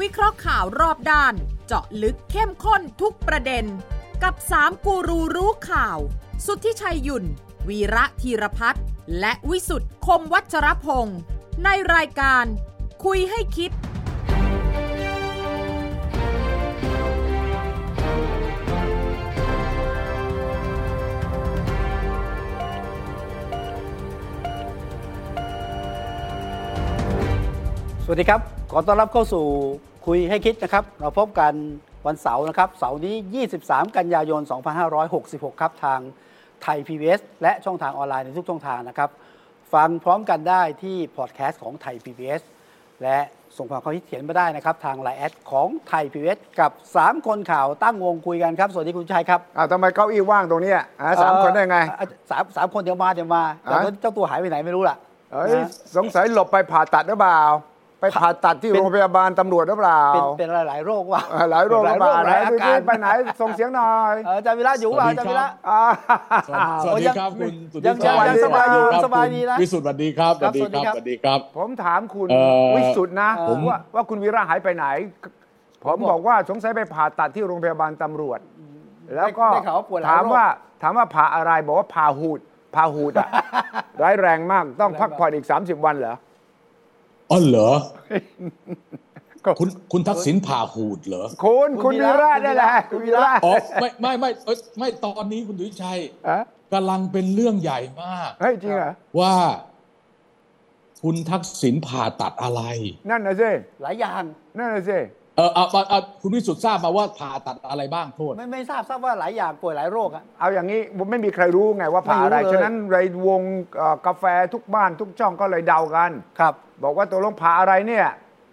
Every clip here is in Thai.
วิเคราะห์ข่าวรอบด้าน เจาะลึกเข้มข้นทุกประเด็น กับ 3 กูรูรู้ข่าว สุทธิชัยหยุ่น วีระธีรพัฒน์และวิสุทธ์คมวัชรพงศ์ในรายการ คุยให้คิด สวัสดีครับ ขอต้อนรับเข้าสู่คุยให้คิดนะครับ เราพบกันวันเสาร์นะครับ เสาร์นี้ 23 กันยายน 2566 ครับ ทางไทย PBS และช่องทางออนไลน์ในทุกช่องทางนะครับ ฟังพร้อมกันได้ที่พอดแคสต์ของไทย PBS และส่งความคิดเห็นมาได้นะครับ ทางไลน์แอดของไทย PBS กับ 3 คนข่าวตั้งวงคุยกันครับ สวัสดีคุณชัยครับ อ้าวทำไมเก้าอี้ว่างตรงเนี้ยอ่ะสาม เอ่อ คนได้ไง อ่ะสามสามคนเดี๋ยวมาเดี๋ยวมาแต่ว่า อ่ะ เจ้าตัวหายไปไหนไม่รู้ล่ะ เอ้ย นะ สงสัยหลบไปผ่าตัดหรือเปล่า ไปผ่าตัดที่ เป็น โรงพยาบาลตำรวจหรือเปล่า เป็นเป็นหลายๆโรคว่ะ อ่ะหลายโรงพยาบาล หลายอา ดู กา ดิ ร ไปไหนส่งเสียงหน่อย เอออาจารย์วิระอยู่เปล่าอาจารย์วิระ อ่า สวัสดีสวัสดีครับคุณสุทธิ ยัง ชั ยังสบายอยู่ วัดีครับ สบายดีนะ คุณวิสุทธ์สวัสดีครับ ครับสวัสดีครับ สวัสดีครับ ผมถามคุณ เอ่อ วิสุทธ์นะ ผม ว่าว่าคุณวีระหายไปไหน ผมบอกว่าสงสัยไปผ่าตัดที่โรงพยาบาลตำรวจ แล้วก็ ได้ข่าวว่าปวดหลาย ถาม โรค ว่าถามว่าผ่าอะไรบอกว่าผ่าหูดผ่าหูด อะ ร้ายแรงมากต้องพักผ่อนอีก 30 วันเหรอ อ๋อเหรอ ก็ คุณคุณทักษิณผ่าหูดเหรอ คุณคุณวีระได้แหละ คุ คุณ ณวี วี ระ ระ อ๋อ ไม่ไม่ไม่เอ้ยไม่ตอนนี้คุณสุทธิชัย อ่ะ กำลังเป็นเรื่องใหญ่มาก เฮ้ยจริงเหรอ ว่า คุณทักษิณผ่าตัดอะไร นั่นนะสิ หลายอย่าง นั่นนะสิ เออเอาเอาเอาคุณวิสุทธ์ทราบมาว่าผ่าตัดอะไรบ้างโทษ ไม่ไม่ทราบทราบว่าหลายอย่างป่วยหลายโรคอะ เอาอย่างนี้ผมไม่มีใครรู้ไงว่าผ่าอะไร ไม่รู้เลย ฉะนั้นในวงเอ่อกาแฟทุกบ้านทุกช่องก็เลยเดากัน ครับ บอกว่าตัวลงผ่าอะไรเนี่ย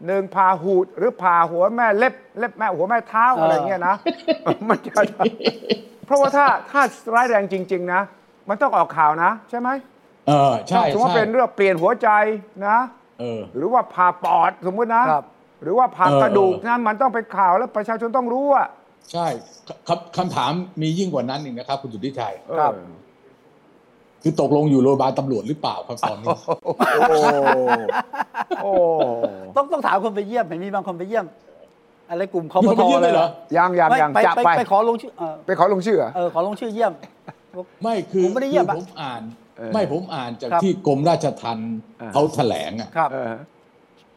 หนึ่งผ่าหูดหรือผ่าหัวแม่เล็บเล็บแม่หัวแม่เท้า เอออ อะไรเงี้ยนะ มันจะเพราะว่าถ้าถ้าร้ายแรงจริง ๆ นะ มันต้องออกข่าวนะ ใช่ไหม เออ ใช่ สมมติว่า ใช่ เป็นเรื่องเปลี่ยนหัวใจนะ เออ หรือว่าผ่าปอดสมมุตินะครับ หรือว่าผ่า เออ กระดูกนั้นมันต้องเป็นข่าวแล้วประชาชนต้องรู้อ่ะ ใช่คำคำถามมียิ่งกว่านั้นอีกนะครับ คุณสุทธิชัย ครับ เออ คือตกลงอยู่โรงพยาบาลตำรวจหรือเปล่าครับตอนนี้ โอ้ โอ้ ต้องต้องถามคนไปเยี่ยมเห็นมีบางคนไปเยี่ยม อะไรกลุ่มคอม มี พ คนไปเยี่ยมด้วยเหรอ ยังยัง ไม่ ยัง ไป จะ ไป ไป ไปขอลงชื่อเออ ไปขอลงชื่อเหรอ เออขอลงชื่อเยี่ยม ไม่คือ ผมไม่ได้เยี่ยมอะคือผมอ่าน เออ ไม่ผมอ่านจาก ครับ ที่กรมราชทัณฑ์ เออ เขาแถลงอ่ะ ครับ เออ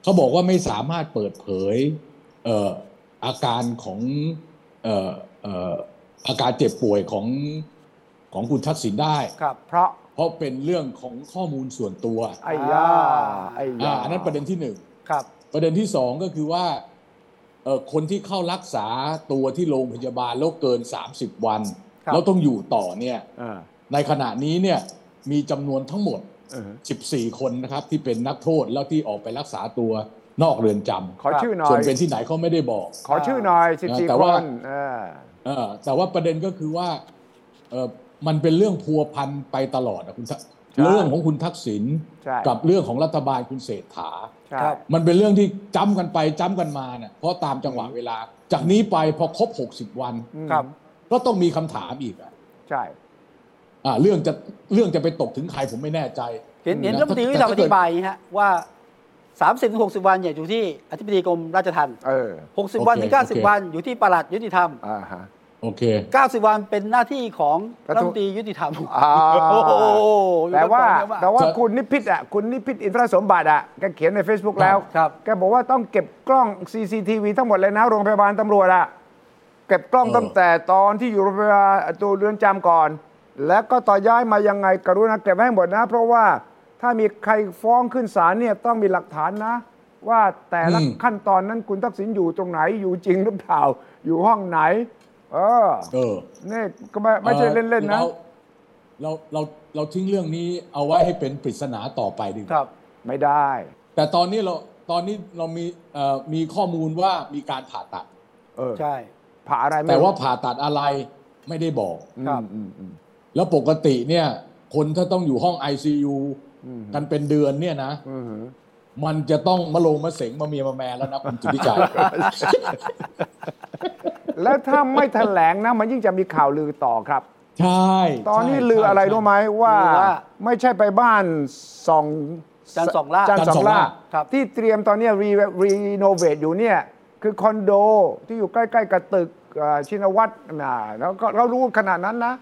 เขาบอกว่าไม่สามารถเปิดเผยเอ่ออาการของเอ่อเอ่ออาการเจ็บป่วยของของคุณทักษิณได้ ครับ เพราะ เพราะเป็นเรื่องของข้อมูลส่วนตัว ไอ้ยา ไอ้ยา อ่าอันนั้นประเด็นที่หนึ่ง ครับ ประเด็นที่สองก็คือว่าเอ่อคนที่เข้ารักษาตัวที่โรงพยาบาลแล้วเกิน 30 วัน ครับ แล้วต้องอยู่ต่อเนี่ย เออ ในขณะนี้เนี่ยมีจำนวนทั้งหมด เออ 14 คนนะครับที่เป็นนักโทษแล้วที่ออกไปรักษาตัวนอกเรือนจ ขอชื่อหน่ ำ อ ส่วย นเป็นที่ไหนเขาไม่ได้บอก ขอชื่อหน่อย แต่ 14 ค ว่า นเออ เออแต่ว่าประเด็นก็คือว่าเออมันเป็นเรื่องพัวพันไปตลอดนะคุณทักเรื่องของคุณทักษิณ ใช่ กับเรื่องของรัฐบาลคุณเศรษฐา ใช่ ครับ มันเป็นเรื่องที่จ้ำกันไปจ้ำกันมาเน่ะเพราะตามจังหวะเวลา จากนี้ไปพอครบ 60 วัน อืม ครับ ก็ต้องมีคำถามอีกอะ ใช่ อ่าเรื่องจะเรื่องจะไปตกถึงใครผมไม่แน่ใจ เห็นเห็น นะ รัฐมนตรีวิสาอแต่ถ้าเกิด ธิบายอย่างนี้ฮะว่า 30-60ถึง60วันเนี่ยอยู่ที่อธิบดีกรมราชทัณฑ์ เออ 60 วันถึง โอเคโอเค 90 วันอยู่ที่ปลัดยุติธรรม อ่าฮะ โอเค 90 วันเป็นหน้าที่ของ รั รั ฐ ฐ ม ม น น ต ต รี รียุติธรรม อ่า โอ้โหอยู่ แต่ กัน ว่า ก่อนเนี่ย แต่ว่า จะ คุณนิพิษอ่ะ คุณนิพิษอินทรสมบัติอ่ะ แกเขียนใน Facebook แล้ว ครับ แกบอกว่าต้องเก็บกล้อง CCTV ทั้งหมดเลยนะ โรงพยาบาลตำรวจอ่ะ เก็บกล้อง เออ ตั้งแต่ตอนที่อยู่โรงพยาบาลตัวเรือนจำก่อน แล้วก็ต่อย้ายมายังไงกรุณาเก็บให้หมดนะ เพราะว่าถ้ามีใครฟ้องขึ้นศาลเนี่ยต้องมีหลักฐานนะ ว่าแต่ละ อืม ขั้นตอนนั้นคุณทักษิณอยู่ตรงไหนอยู่จริงหรือเปล่า อยู่ห้องไหน เออ เออ นี่ก็ไม่ไม่ใช่เล่นๆนะ เราเราเราเราทิ้งเรื่องนี้เอาไว้ให้เป็นปริศนาต่อไปดีก ค ว่า รับ ไม่ได้ แต่ตอนนี้เราตอนนี้เรามีเอ่อมีข้อมูลว่ามีการผ่าตัด เออ ใช่ ผ่าอะไรไม่ แต่ รู้ ว่าผ่าตัดอะไรไม่ได้บอก อืม ครับ อืมอืม แล้วปกติเนี่ย คนถ้าต้องอยู่ห้อง ICU อืม กันเป็นเดือนเนี่ยนะ อืม มันจะต้องมาลงมาเสงมาเมียมาแม่แล้วนะคุณจุติชัย แล้วถ้าไม่แถลงนะ มันยิ่งจะมีข่าวลือต่อครับ ใช่ ตอนนี้ ใช่ ลืออะไรรู้ไหมว่า ลือว่า ไม่ใช่ไปบ้านสอง จันทร์สองล่า จันทร์สองล่า ครับ ที่เตรียมตอนเนี้รีรีโนเวทอยู่เนี่ย คือคอนโดที่อยู่ใกล้ๆกับตึกเอ่อชินวัตรน่ะแล้วก็เรารู้ขนาดนั้นนะ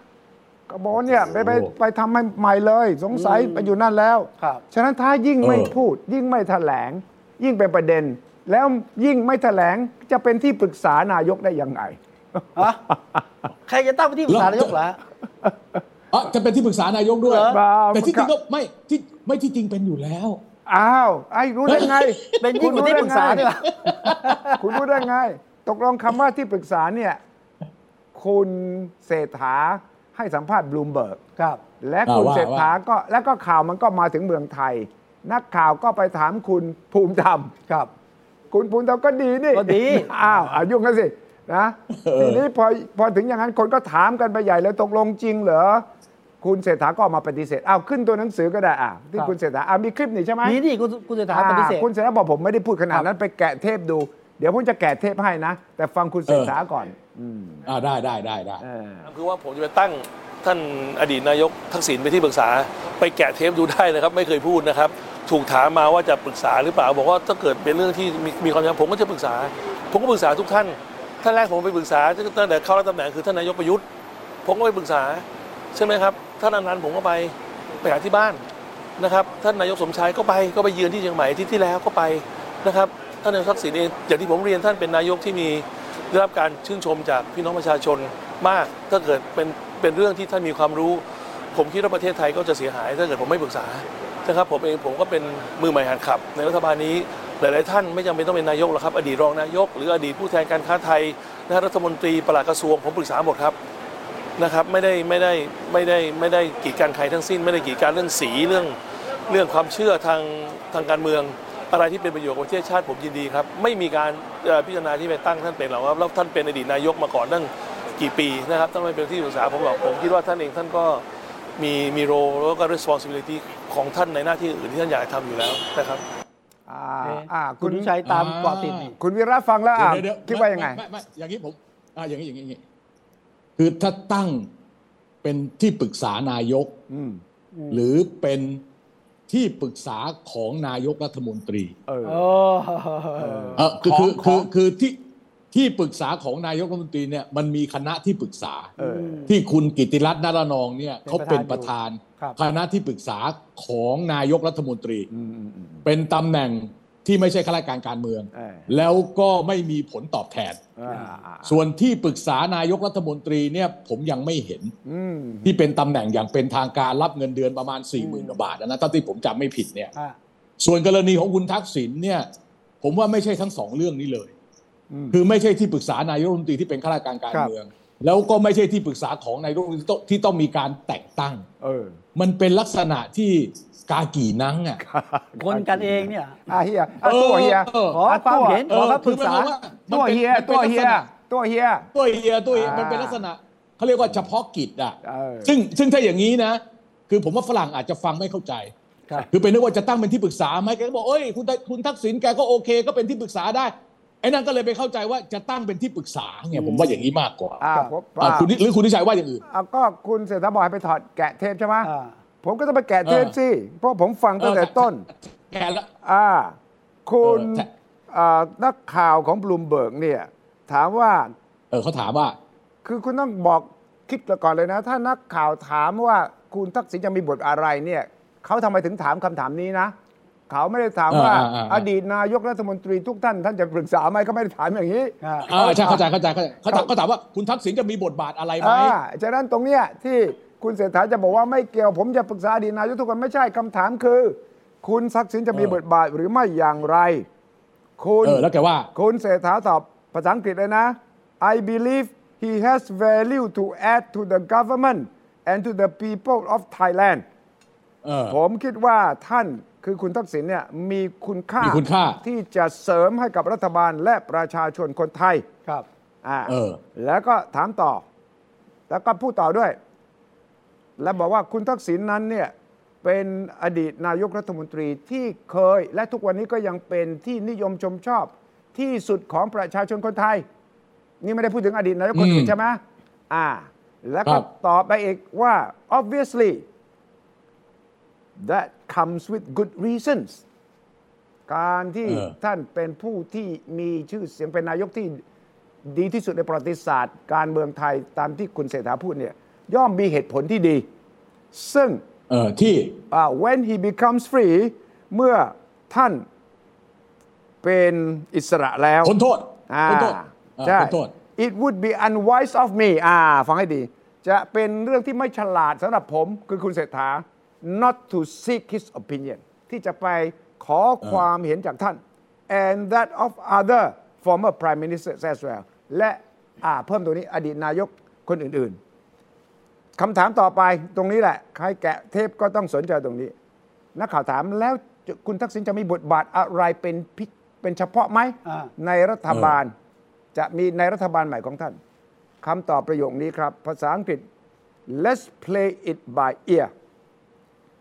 ก็บอกว่าเนี่ยไปไป โอ้ ไปทำให้ใหม่เลย สงสัยไปอยู่นั่นแล้ว ครับ ฉะนั้นถ้ายิ่งไม่ เออ พูด ยิ่งไม่แถลง ยิ่งเป็นประเด็น แล้วยิ่งไม่แถลงจะเป็นที่ปรึกษานายกได้ยังไง ฮะใครจะตั้งเป็นที่ปรึกษานายกเหรอ อ๋อจะเป็นที่ปรึกษานายกด้วย เหรอ บ้า แต่ที่จริงก็ไม่ที่ไม่ที่จริงเป็นอยู่แล้ว อ้าว ไอ้รู้ได้ไง เป็นยิ่งกว่าที่ปรึกษาเนี่ย คุณรู้ได้ไง ตกลงคำว่าที่ปรึกษาเนี่ย คุณเศรษฐาให้สัมภาษณ์บลูมเบิร์ก ครับ และคุณ อ่าว่า เศรษฐา ว่า ก็และก็ข่าวมันก็มาถึงเมืองไทย นักข่าวก็ไปถามคุณภูมิธรรม ครับ คุณภูมิธรรมก็ดีนี่ ก็ดี อ้าวอายุ่งกันสินะทีนี้พอพอถึงอย่างนั้นคนก็ถามกันไปใหญ่เลยตกลงจริงเหรอคุณเศรษฐาก็ออกมาปฏิเสธอ้าวขึ้นตัวหนังสือก็ได้อ่ะที่คุณเศรษฐาอ่ะมีคลิปนี่ใช่ไหม นี่นี่คุณคุณเศรษฐาปฏิเสธ อ่าคุณเศรษฐาบอกผมไม่ได้พูดขนาดนั้นไปแกะเทปดู เดี๋ยวผมจะแกะเทปให้นะ แต่ฟังคุณเศรษฐาก่อน อ่าได้ได้ได้ได้ เออ คือว่าผมจะไปตั้งท่านอดีตนายกทักษิณไปนที่ปรึกษา ไปแกะเทปดูได้เลยครับ ไม่เคยพูดนะครับ ถูกถามมาว่าจะปรึกษาหรือเปล่า บอกว่าถ้าเกิดเป็นเรื่องที่มีมีความจำผมก็จะปรึกษา ผมก็ปรึกษาทุกท่านท่านแรกผมไปปรึกษาตั้งแต่เข้ารับตำแหน่งคือท่านนายกประยุทธ์ผมก็ไปปรึกษาใช่ไหมครับท่านอนันต์ผมก็ไปไปหาที่บ้านนะครับ ท่านนายกสมชายก็ไปก็ไปเยือนที่เชียงใหม่อาที่ที่แล้วก็ไปนะครับท่านนายกทักษิณเองอย่างที่ผมเรียนท่านเป็นนายกที่มี ได้รับการชื่นชมจากพี่น้องประชาชนมาก ถ้าเกิดเป็นเป็นเรื่องที่ท่านมีความรู้ ผมคิดว่าประเทศไทยก็จะเสียหาย ถ้าเกิดผมไม่ปรึกษานะครับผมเองผมก็เป็นมือใหม่หัดขับ ในรัฐบาลนี้หลาย ๆ ท่านไม่จำเป็นต้องเป็นนายกหรอกครับ อดีตรองนายก หรืออดีตผู้แทนการค้าไทยนะฮะรัฐมนตรีปลัดกระทรวงผมปรึกษาหมดครับนะครับไม่ได้ไม่ได้ไม่ได้ไม่ได้กีดกันใครทั้งสิ้น ไม่ได้กีดกันเรื่องสีเรื่องเรื่องความเชื่อทางทางการเมือง อะไรที่เป็นประโยชน์กับประเทศชาติผมยินดีครับ ไม่มีการเอ่อพิจารณาที่ไปตั้งท่านเป็นหรอกครับแล้วท่านเป็นอดีตนายกมาก่อนตั้งกี่ปีนะครับท่านไม่เป็นที่ปรึกษาผมหรอกผมคิดว่าท่านเองท่านก็มีมีโรแล้วก็ responsibility ของท่านในหน้าที่อื่นที่ท่านอยากทำอยู่แล้วนะครับ อ่า เอ๊ะ อ่า คุ คุณ ณ วิชัยตาม อ่า เกาะติดนี่ คุณวิระฟังแล้วอ่ะ เดี๋ยวเดี๋ คิดว่ายังไง ม่ม่ม่อย่างนี้ผมอ่าอย่างนี้อย่างนี้อย่างนี้คือถ้าตั้งเป็นที่ปรึกษานายก อืม หรือเป็นที่ปรึกษาของนายกรัฐมนตรี เออ เออ เออคือคือ ข คือ อง คือที่ที่ปรึกษาของนายกรัฐมนตรีเนี่ยมันมีคณะที่ปรึกษา เออ ที่คุณกิติรัตน์นารนองเนี่ยเขาเป็นประธาน ครับ คณะที่ปรึกษาของนายกรัฐมนตรี อืมอืมอืม เป็นตำแหน่งที่ไม่ใช่ข้าราชการการเมือง เออ แล้วก็ไม่มีผลตอบแทน อ่าอ่า ส่วนที่ปรึกษานายกรัฐมนตรีเนี่ยผมยังไม่เห็น อืม ที่เป็นตำแหน่งอย่างเป็นทางการรับเงินเดือนประมาณ4ี่หมื่นกว่าบาทนะถ้าที่ผมจำไม่ผิดเนี่ย อ่ะ ส่วนกรณีของคุณทักษิณเนี่ยผมว่าไม่ใช่ทั้งสองเรื่องนี้เลย อืม คือไม่ใช่ที่ปรึกษานายกรัฐมนตรีที่เป็นข้าราชการการ ครับ เมือง แล้วก็ไม่ใช่ที่ปรึกษาของนายกรัฐมนตรีที่ต้องที่ต้องมีการแต่งตั้ง เออ มันเป็นลักษณะที่กากีนังอ่ะ คนกันเองเนี่ย อ่ะเฮียอ่ะตัวเฮีย เออ ขอความเห็น ขอคำปรึกษา คือหมย ตั คว ม เฮีย มันป็น ตัวเฮีย มันเป็นลักษณะ ตัวเฮีย ตัวเฮียตัวเฮีย อ่ามั มันเป็นลักษณะเขาเรียกว่าเฉพาะกิจอ่ะ เออ ซึ่งซึ่งถ้าอย่างนี้นะ คือผมว่าฝรั่งอาจจะฟังไม่เข้าใจ ครับ คือเป็นนึกว่าจะตั้งเป็นที่ปรึกษาไหมแกก็บอกเอ้ยคุณทักคุณทักษิณแกก็โอเค ก็เป็นที่ปรึกษาได้ไอ้นั่นก็เลยไปเข้าใจว่าจะตั้งเป็นที่ปรึกษาเนี่ยผมว่าอย่างนี้มากกว่า อ่าผม อ่ะคุณนิหรือคุณทิชัยว่าอย่างอื่น อ่ะก็คุณเศรษฐาบอกให้ไปถอดแกะเทปใช่ไหม อ่า ผมก็ต้องไปแกะเทป เออ สิเพราะผมฟังตั้งแต่ต้น แกละ อ่าคุณ เออใช่ อ่านักข่าวของบลูมเบิร์กเนี่ย ถามว่า เออเขาถามว่า คือคุณต้องบอกคิดก่อนเลยนะ ถ้านักข่าวถามว่าคุณทักษิณจะมีบทอะไรเนี่ยเขาทำไมถึงถามคำถามนี้นะ เขาไม่ได้ถามว่า อ่าอ่าอ่า อดีตนายกรัฐมนตรีทุกท่าน ท่านจะปรึกษาไหมเขาไม่ได้ถามอย่างนี้ อ่ะ อ่าใช่เข้าใจเข้าใจเข้าใจเขาถามเขาถามว่าคุณทักษิณจะมีบทบาทอะไรไหม อ่าฉะนั้นตรงเนี้ยที่คุณเศรษฐาจะบอกว่าไม่เกี่ยว ผมจะปรึกษาอดีตนายกทุกคนไม่ใช่คำถามคือ คุณทักษิณจะมี เออ บทบาทหรือไม่อย่างไร คุณ เออแล้วแกว่า คุณเศรษฐาตอบภาษาอังกฤษเลยนะ I believe he has value to add to the government and to the people of Thailand เออ ผมคิดว่าท่านคือคุณทักษิณเนี่ยมีคุณค่า มีคุณค่า ที่จะเสริมให้กับรัฐบาลและประชาชนคนไทย ครับ อ่า เออ แล้วก็ถามต่อ แล้วก็พูดต่อด้วย และบอกว่าคุณทักษิณนั้นเนี่ยเป็นอดีตนายกรัฐมนตรีที่เคย และทุกวันนี้ก็ยังเป็นที่นิยมชมชอบที่สุดของประชาชนคนไทย นี่ไม่ได้พูดถึงอดีตนายกคนอื่ อื น ม ใช่ไหมอ่า แล้วก็ ครับ ตอบไปอีกว่า obviously that comes with good reasons การที่ เออ ท่านเป็นผู้ที่มีชื่อเสียงเป็นนายกที่ดีที่สุดในประวัติศาสตร์ การเมืองไทยตามที่คุณเศรษฐาพูดเนี่ยย่อมมีเหตุผลที่ดี ซึ่ง เออที่ อ่า when he becomes free เมื่อท่านเป็นอิสระแล้ว พ้นโทษ อ่า พ้นโทษอ่า ใช่ พ้นโทษ it would be unwise of me อ่า ฟังให้ดี จะเป็นเรื่องที่ไม่ฉลาดสำหรับผมคือคุณเศรษฐา not to seek his opinion ที่จะไปขอความเห็นจากท่าน and that of other former prime ministers as well และอ่าเพิ่มตัวนี้อดีตนายกคนอื่น ๆ คำถามต่อไปตรงนี้แหละ ใครแกะเทปก็ต้องสนใจตรงนี้ นักข่าวถามแล้วจะคุณทักษิณจะมีบทบาทอะไรเป็นพิเป็นเฉพาะไหม อ่า ในรัฐบาลจะมีในรัฐบาลใหม่ของท่านคำตอบประโยคนี้ครับ ภาษาอังกฤษ let's play it by ear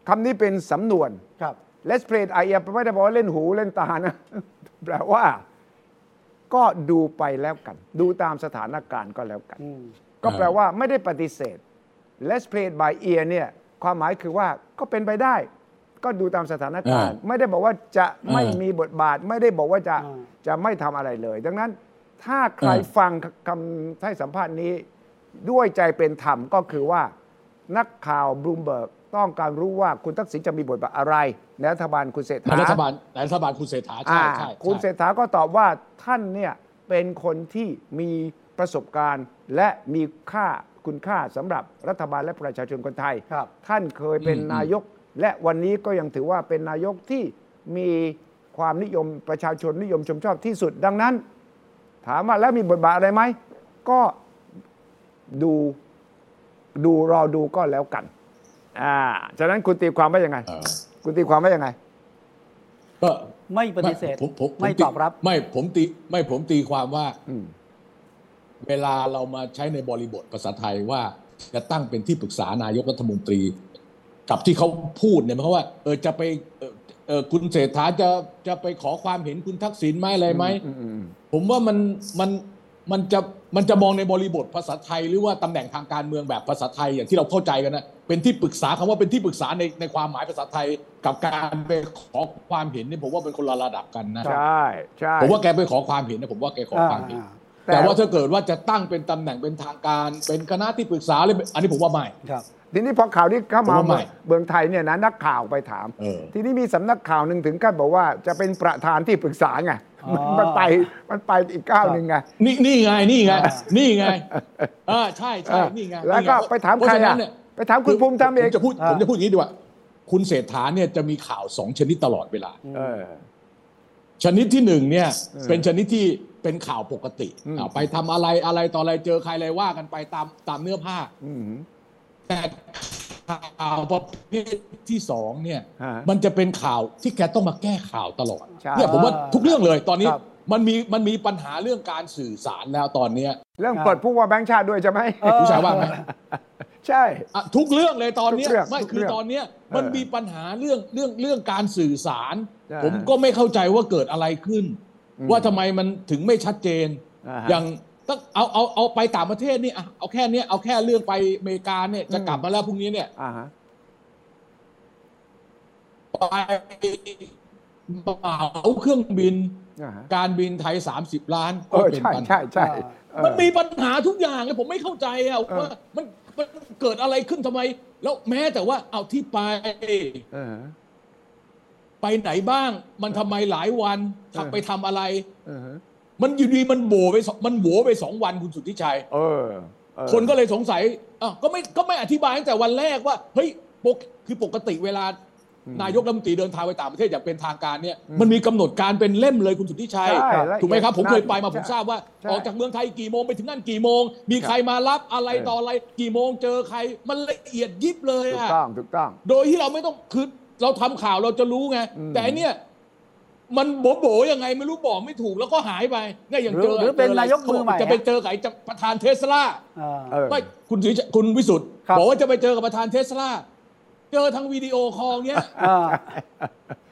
คำนี้เป็นสำนวน ครับ let's play it by ear ไม่ได้บอกว่าเล่นหูเล่นตานะ แปลว่า ก็ดูไปแล้วกัน ดูตามสถานการณ์ก็แล้วกัน ก็แปลว่าไม่ได้ปฏิเสธ let's play it by ear เนี่ย ความหมายคือว่าก็เป็นไปได้ ก็ดูตามสถานการณ์ อ่า ไม่ได้บอกว่าจะไม่ อ่ามี มีบทบาท ไม่ได้บอกว่าจะ อ่า จะไม่ทำอะไรเลย ดังนั้นถ้าใคร อ่า ฟังคำให้สัมภาษณ์นี้ ด้วยใจเป็นธรรมก็คือว่า นักข่าวบลูมเบิร์กต้องการรู้ว่าคุณทักษิณจะมีบทบาทอะไรในรัฐบาลคุณเศรษ ใน ฐา รัฐบาลในรัฐบาลคุณเศรษฐาใช่ อ่า ใช่ใช่ คุณเศรษฐาก็ตอบว่าท่านเนี่ยเป็นคนที่มีประสบการณ์ และมีค่าคุณค่าสำหรับรัฐบาลและประชาชนคนไทย ครับ ท่านเคยเป็น อืม นายก และวันนี้ก็ยังถือว่าเป็นนายกที่มีความนิยมประชาชนนิยมชมชอบที่สุด ดังนั้น ถามว่าแล้วมีบทบาทอะไรไหม ก็ดูดูรอดูก็แล้วกันอ่าฉะนั้นคุณตีความว่ายังไง เออ คุณตีความว่ายังไง ก็ ไม่ปฏิเสธ ผมผมผ ไม่ ตี ตอบรับ ไม่ผมตีไม่ผมตีความว่า อืม เวลาเรามาใช้ในบริบทภาษาไทยว่าจะตั้งเป็นที่ปรึกษานายกรัฐมนตรี กับที่เขาพูดเนี่ยหมายความว่าเออจะไปเอ่อเออคุณเศรษฐาจะจะไปขอความเห็นคุณทักษิณไหมอะไรไหม อือืม ผมว่ามันมันมันจะมันจะมองในบริบทภาษาไทย หรือว่าตำแหน่งทางการเมืองแบบภาษาไทยอย่างที่เราเข้าใจกันนะเป็นที่ปรึกษาคำว่าเป็นที่ปรึกษาในในความหมายภาษาไทย กับการไปขอความเห็นเนี่ยผมว่าเป็นคนละระดับกันนะ ใช่ใช่ ผมว่าแกไปขอความเห็นนะผมว่าแกขอความเห็น อ่า แต่ แต่ว่าถ้าเกิดว่าจะตั้งเป็นตำแหน่งเป็นทางการ เป็นคณะที่ปรึกษาเลยอันนี้ผมว่าไม่ ครับ ทีนี้พอข่าวนี้เข้ามา ผมว่าไม่ เมืองไทยเนี่ยนะนักข่าวไปถาม เออ ทีนี้มีสำนักข่าวหนึ่งถึงขั้นบอกว่าจะเป็นประธานที่ปรึกษาไง อ๋อ มันไปมันไปอีกก้าวหนึ่งไง นี่นี่ไงนี่ไงนี่ไงอ่าใช่ใช่ อ่า นี่ไง แล้วก็ นี่ง ไปถาม เพะ ใครอ่ะ ฉนั้นเนี่ย ไปถามคุณภูมิธรรมเอง ผจะพูด อ่า ผมจะพูดอย่างนี้ดีกว่า คุณเศรษฐาเนี่ยจะมีข่าวสองชนิดตลอดเวลา เออ ชนิดที่หนึ่งเนี่ย เออ เป็นชนิดที่เป็นข่าวปกติ อืม อ่าไปทำอะไรอะไรต่ออะไรเจอใครอะไรว่ากันไปตามตามเนื้อผ้า อืม แต่ข่าวประเภทที่สองเนี่ย ฮะ มันจะเป็นข่าวที่แกต้องมาแก้ข่าวตลอด ใช่ เนี่ยผมว่าทุกเรื่องเลยตอนนี้ ครับ มันมีมันมีปัญหาเรื่องการสื่อสารแล้วตอนเนี้ย เรื่องปลดผู้ว่าแบงค์ชาติด้วยใช่ไหม ผู้ชายว่าไหม ใช่ อ่ะทุกเรื่องเลยตอนเนี้ย ทุกเรื่อง ไม่ ทุก คือ เรื่อง ตอนเนี้ยมันมีปัญหาเรื่องเรื่องเรื่องการสื่อสาร ใช่ ผมก็ไม่เข้าใจว่าเกิดอะไรขึ้น อืม ว่าทำไมมันถึงไม่ชัดเจน อ่าฮะ อย่างตั้งเอาเอาเอาไปต่างประเทศนี่อ่ะเอาแค่เนี้ยเอาแค่เรื่องไปอเมริกาเนี่ยจะกลับมาแล้วพรุ่งนี้เนี่ย อ่าฮะ ไปเหมาเครื่องบิน อ่าฮะ การบินไทย 30 ล้าน เอ ก็ อ เป็น ใช่ ปัญ ใช่ หา ใช่เออ มันมีปัญหาทุกอย่างเลยผมไม่เข้าใจอะว่ามันมันเกิดอะไรขึ้นทำไม แล้วแม้แต่ว่าเอาที่ไป เออ ไปไหนบ้าง มันทำไมหลายวัน เออ ทำไปทำอะไร เออ มันอยู่ดีมันโบไปสองมันโหวไปสองวันคุณสุทธิชัย เออเออ คนก็เลยสงสัยอ่ะก็ไม่ก็ไม่อธิบายตั้งแต่วันแรกว่า เฮ้ยปกคือปกติเวลา นายกรัฐมนตรีเดินทางไปต่างประเทศอย่างเป็นทางการเนี่ย มันมีกำหนดการเป็นเล่มเลยคุณสุทธิชัย ใช่ละเอียด ถูกไหมครับ ผมเคยไปมา ใช่ ผมทราบว่า ใช่ ออกจากเมืองไทยกี่โมงไปถึงนั่นกี่โมง มี ครับ ใครมารับอะไร เออ ต่ออะไรกี่โมงเจอใคร มันละเอียดยิบเลย ถูก อ่ะ ต้องถูกต้อง โดยที่เราไม่ต้องคือเราทำข่าวเราจะรู้ไง อืม แต่อันเนี่ย มันโบ๋โบ๋ยังไงไม่รู้บอกไม่ถูกแล้วก็หายไปเนี่ยอย่างเจอ หรือหรือเป็นนายกมือใหม่ จะไปเจอไก่จะประธานเทสลา อ่า เออ ไม่คุณสุวิชคุณวิสุทธ์ ครับ บอกว่าจะไปเจอกับประธานเทสลาเจอทางวิดีโอคอลเนี้ย อ่า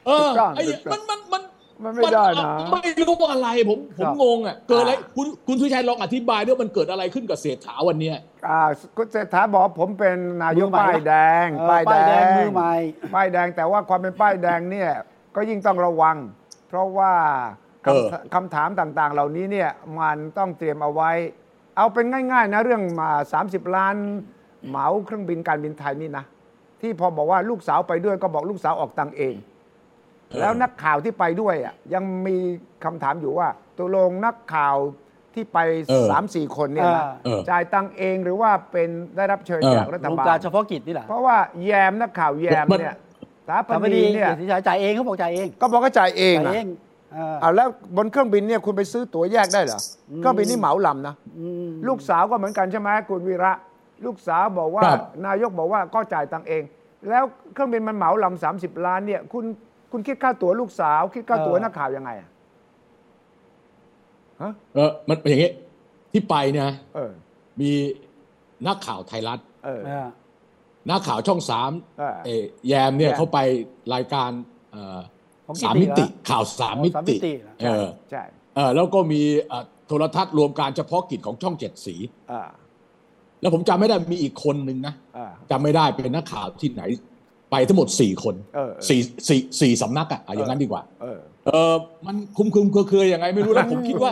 เออ ถูกต้อง ไอ้เนี่ย ถูกต้ มั อน ง มันมัน มันไม่ได้นะ มันไม่รู้ว่าอะไรผมผ ค ม รับ งงอ่ะเกิดอะไร อ่า คุณคุณสุวิชัยลองอธิบายด้วยว่ามันเกิดอะไรขึ้นกับเศรษฐาวันเนี้ย อ่าคุณเศรษฐาบอกผมเป็นนายก มือใหม่ ป้ายแดง เออป้ายแดงมือใหม่ ป้ายแดงแต่ว่าความเป็นป้ายแดงเนี่ยก็ยิ่งต้องระวัง เพราะว่า เออ คำคำถามต่างๆ เหล่านี้เนี่ยมันต้องเตรียมเอาไว้ เอาเป็นง่าย ๆ นะเรื่องมา 30 ล้าน เหมาเครื่องบินการบินไทยนี่นะ ที่พอบอกว่าลูกสาวไปด้วยก็บอกลูกสาวออกตังค์เอง แล้วนักข่าวที่ไปด้วยอ่ะยังมีคำถามอยู่ว่าตกลงนักข่าวที่ไป เออ สามสี่คนเนี่ยนะ อ่า เออ จ่ายตังค์เองหรือว่าเป็นได้รับเชิญ เออ จากรัฐ โครง บา การ ล เฉพาะกิจนี่แหละ เพราะว่าแยมนักข่าวแยม มัน เนี่ยสถาป ทำไม่ดี นีเนี่ย สียจ่ายเองเขาบอกจ่ายเอง ก็บอกก็จ่ายเอง จ่าย อะ เองเออ เอาแล้วบนเครื่องบินเนี่ยคุณไปซื้อตั๋วแยกได้เหรอ อืม เครื่องบินนี่เหมาลำนะ อืม ลูกสาวก็เหมือนกันใช่ไหมคุณวีระ ลูกสาวบอกว่า ครับ นายกบอกว่าก็จ่ายตังค์เอง แล้วเครื่องบินมันเหมาลำ30 ล้านเนี่ย คุณคุณคิดค่าตั๋วลูกสาว คิดค่าตั๋ว เออ นักข่าวยังไงอะ เออมันเป็นอย่างงี้ที่ไปเนี่ยนะ เออ มีนักข่าวไทยรัฐ เออ เออ นักข่าวช่องสาม เออ เอ่อแยมเนี่ย แยม เขาไปรายการเอ่อ ของกิติ สามมิติ เหรอ ข่าวสาม อ๋อ มิ สามมิ ติ ติเหรอ เออ ใช่ เออแล้วก็มีเอ่อโทรทัศน์รวมการเฉพาะกิจของช่องเจ็ดสี อ่า แล้วผมจำไม่ได้มีอีกคนหนึ่งนะ อ่า จำไม่ได้เป็นนักข่าวที่ไหน ไปทั้งหมดสี่คน เออ สี่สี่สี่สำนักอะอ่ะอย่างนั้นดีกว่า เออ เออมันคุมคุมเครือเครือยังไงไม่รู้นะผมคิดว่า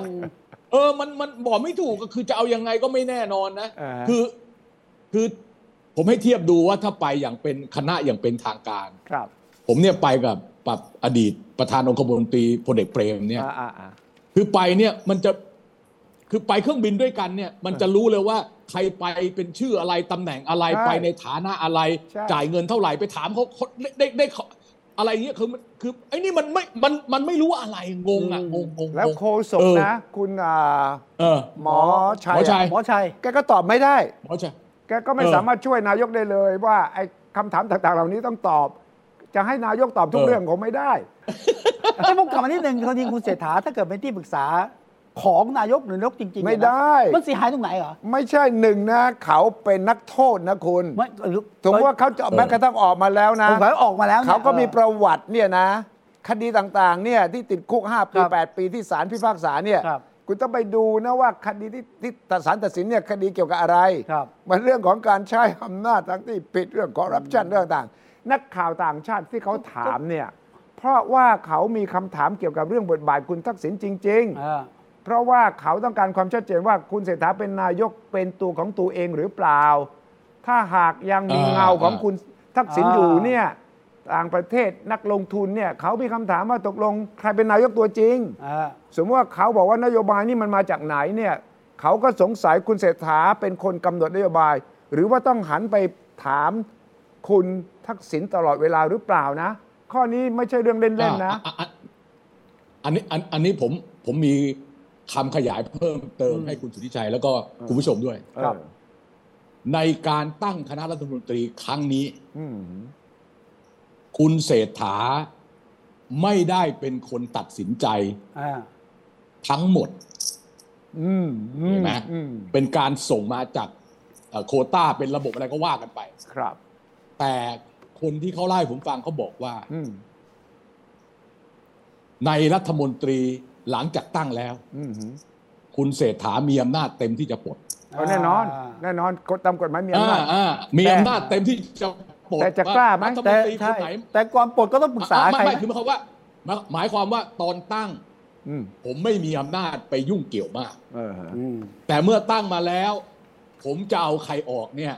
เออมันมันบอกไม่ถูกก็คือจะเอายังไงก็ไม่แน่นอนนะ อ่าฮะ คือคือผมให้เทียบดูว่าถ้าไปอย่างเป็นคณะอย่างเป็นทางการ ครับ ผมเนี่ยไปกับปับอดีตประธานองคมนตรีพลเอกเปรมเนี่ย อ่าอ่าอ่า คือไปเนี่ยมันจะคือไปเครื่องบินด้วยกันเนี่ย มันจะรู้เลยว่าใครไปเป็นชื่ออะไรตำแหน่งอะไรไปในฐานะอะไร จ่ายเงินเท่าไหร่ไปถามเขาเขาได้ได้ได้เขาอะไรเงี้ยคือมันคือไอ้นี่มันไม่มันมันไม่รู้อะไรงงอ่ะงงงง แล้ว งง โคศก เออ นะ คุณอ่า เออ หมอชัย หมอชัย อะ หมอชัย แกก็ตอบไม่ได้ หมอชัย แกก็ไม่ เออ สามารถช่วยนายกได้เลยว่าไอ้คำถามต่างๆ เหล่านี้ต้องตอบ จะให้นายกตอบทุก เออ เรื่องคงไม่ได้ ให้ผมกลับมานิดนึงจริงๆคุณเศรษฐาถ้าเกิดเป็นที่ปรึกษาของนายกหรือนายกจริงๆเนี่ยนะ ไม่ได้ มันเสียหายตรงไหนเหรอ ไม่ใช่หนึ่งนะเขาเป็นนักโทษนะคุณ ไม่หรือ ถึงว่าเขาจะแม้กระทั่งออกมาแล้วนะ สงสัยออกมาแล้วนี่ย เขาก็มีประวัติเนี่ยนะ คดีต่างๆเนี่ยที่ติดคุก 5 ปี ครับ 8 ปีที่ศาลพิพากษาเนี่ย ครับ คุณต้องไปดูนะว่าคดีที่ที่ศาลตัดสินเนี่ยคดีเกี่ยวกับอะไร ครับ มันเรื่องของการใช้อำนาจทั้งที่ผิดเรื่องคอร์รัปชันเรื่องต่างๆนักข่าวต่างชาติที่เขาถามเนี่ยเพราะว่าเขามีคำถามเกี่ยวกับเรื่องบทบาทคุณทักษิณจริง ๆ า เพราะว่าเขาต้องการความชัดเจนว่าคุณเศรษฐาเป็นนายกเป็นตัวของตัวเองหรือเปล่า ถ้าหากยังมี อ่า เงาของคุณทักษิณ อ่า อยู่เนี่ยต่างประเทศนักลงทุนเนี่ยเขามีคำถามว่าตกลงใครเป็นนายกตัวจริง อ่า สมมติว่าเขาบอกว่านโยบายนี่มันมาจากไหนเนี่ยเขาก็สงสัยคุณเศรษฐาเป็นคนกำหนดนโยบาย หรือว่าต้องหันไปถามคุณทักษิณตลอดเวลาหรือเปล่านะ ข้อนี้ไม่ใช่เรื่องเล่นๆนะ อ่อ่อ่อันนี้อันอันนี้ผมผมมีคำขยายเพิ่มเติมให้คุณสุทธิชัย แล้วก็คุณผู้ชมด้วย ครับ เออ ในการตั้งคณะรัฐมนตรีครั้งนี้ อืม คุณเศรษฐาไม่ได้เป็นคนตัดสินใจ อ่า ทั้งหมด อืมอื เห็ ม นไหม อืม เป็นการส่งมาจากเอ่อโควต้าเป็นระบบอะไรก็ว่ากันไป ครับ แต่คนที่เขาเล่าให้ผมฟังเขาบอกว่า อืม ในรัฐมนตรีหลังจากตั้งแล้ว อืม คุณเศรษฐามีอำนาจเต็มที่จะปลด เอาแน่นอน แน่นอนกฎตามกฎหมายมีอำนาจ อ่าอ่ามีอำนาจเต็มที่จะปลด แต่จะกล้าไหม ว่รัฐม แต่ นตรีค ใช่ นไหน แต่ก่อนปลดก็ต้องปรึกษา ไม่ ใคร ไม่ นะ คือหมายความว่าหมายหมายความว่าตอนตั้ง อืม ผมไม่มีอำนาจไปยุ่งเกี่ยวมาก เออฮะ อืม แต่เมื่อตั้งมาแล้ว ผมจะเอาใครออกเนี่ย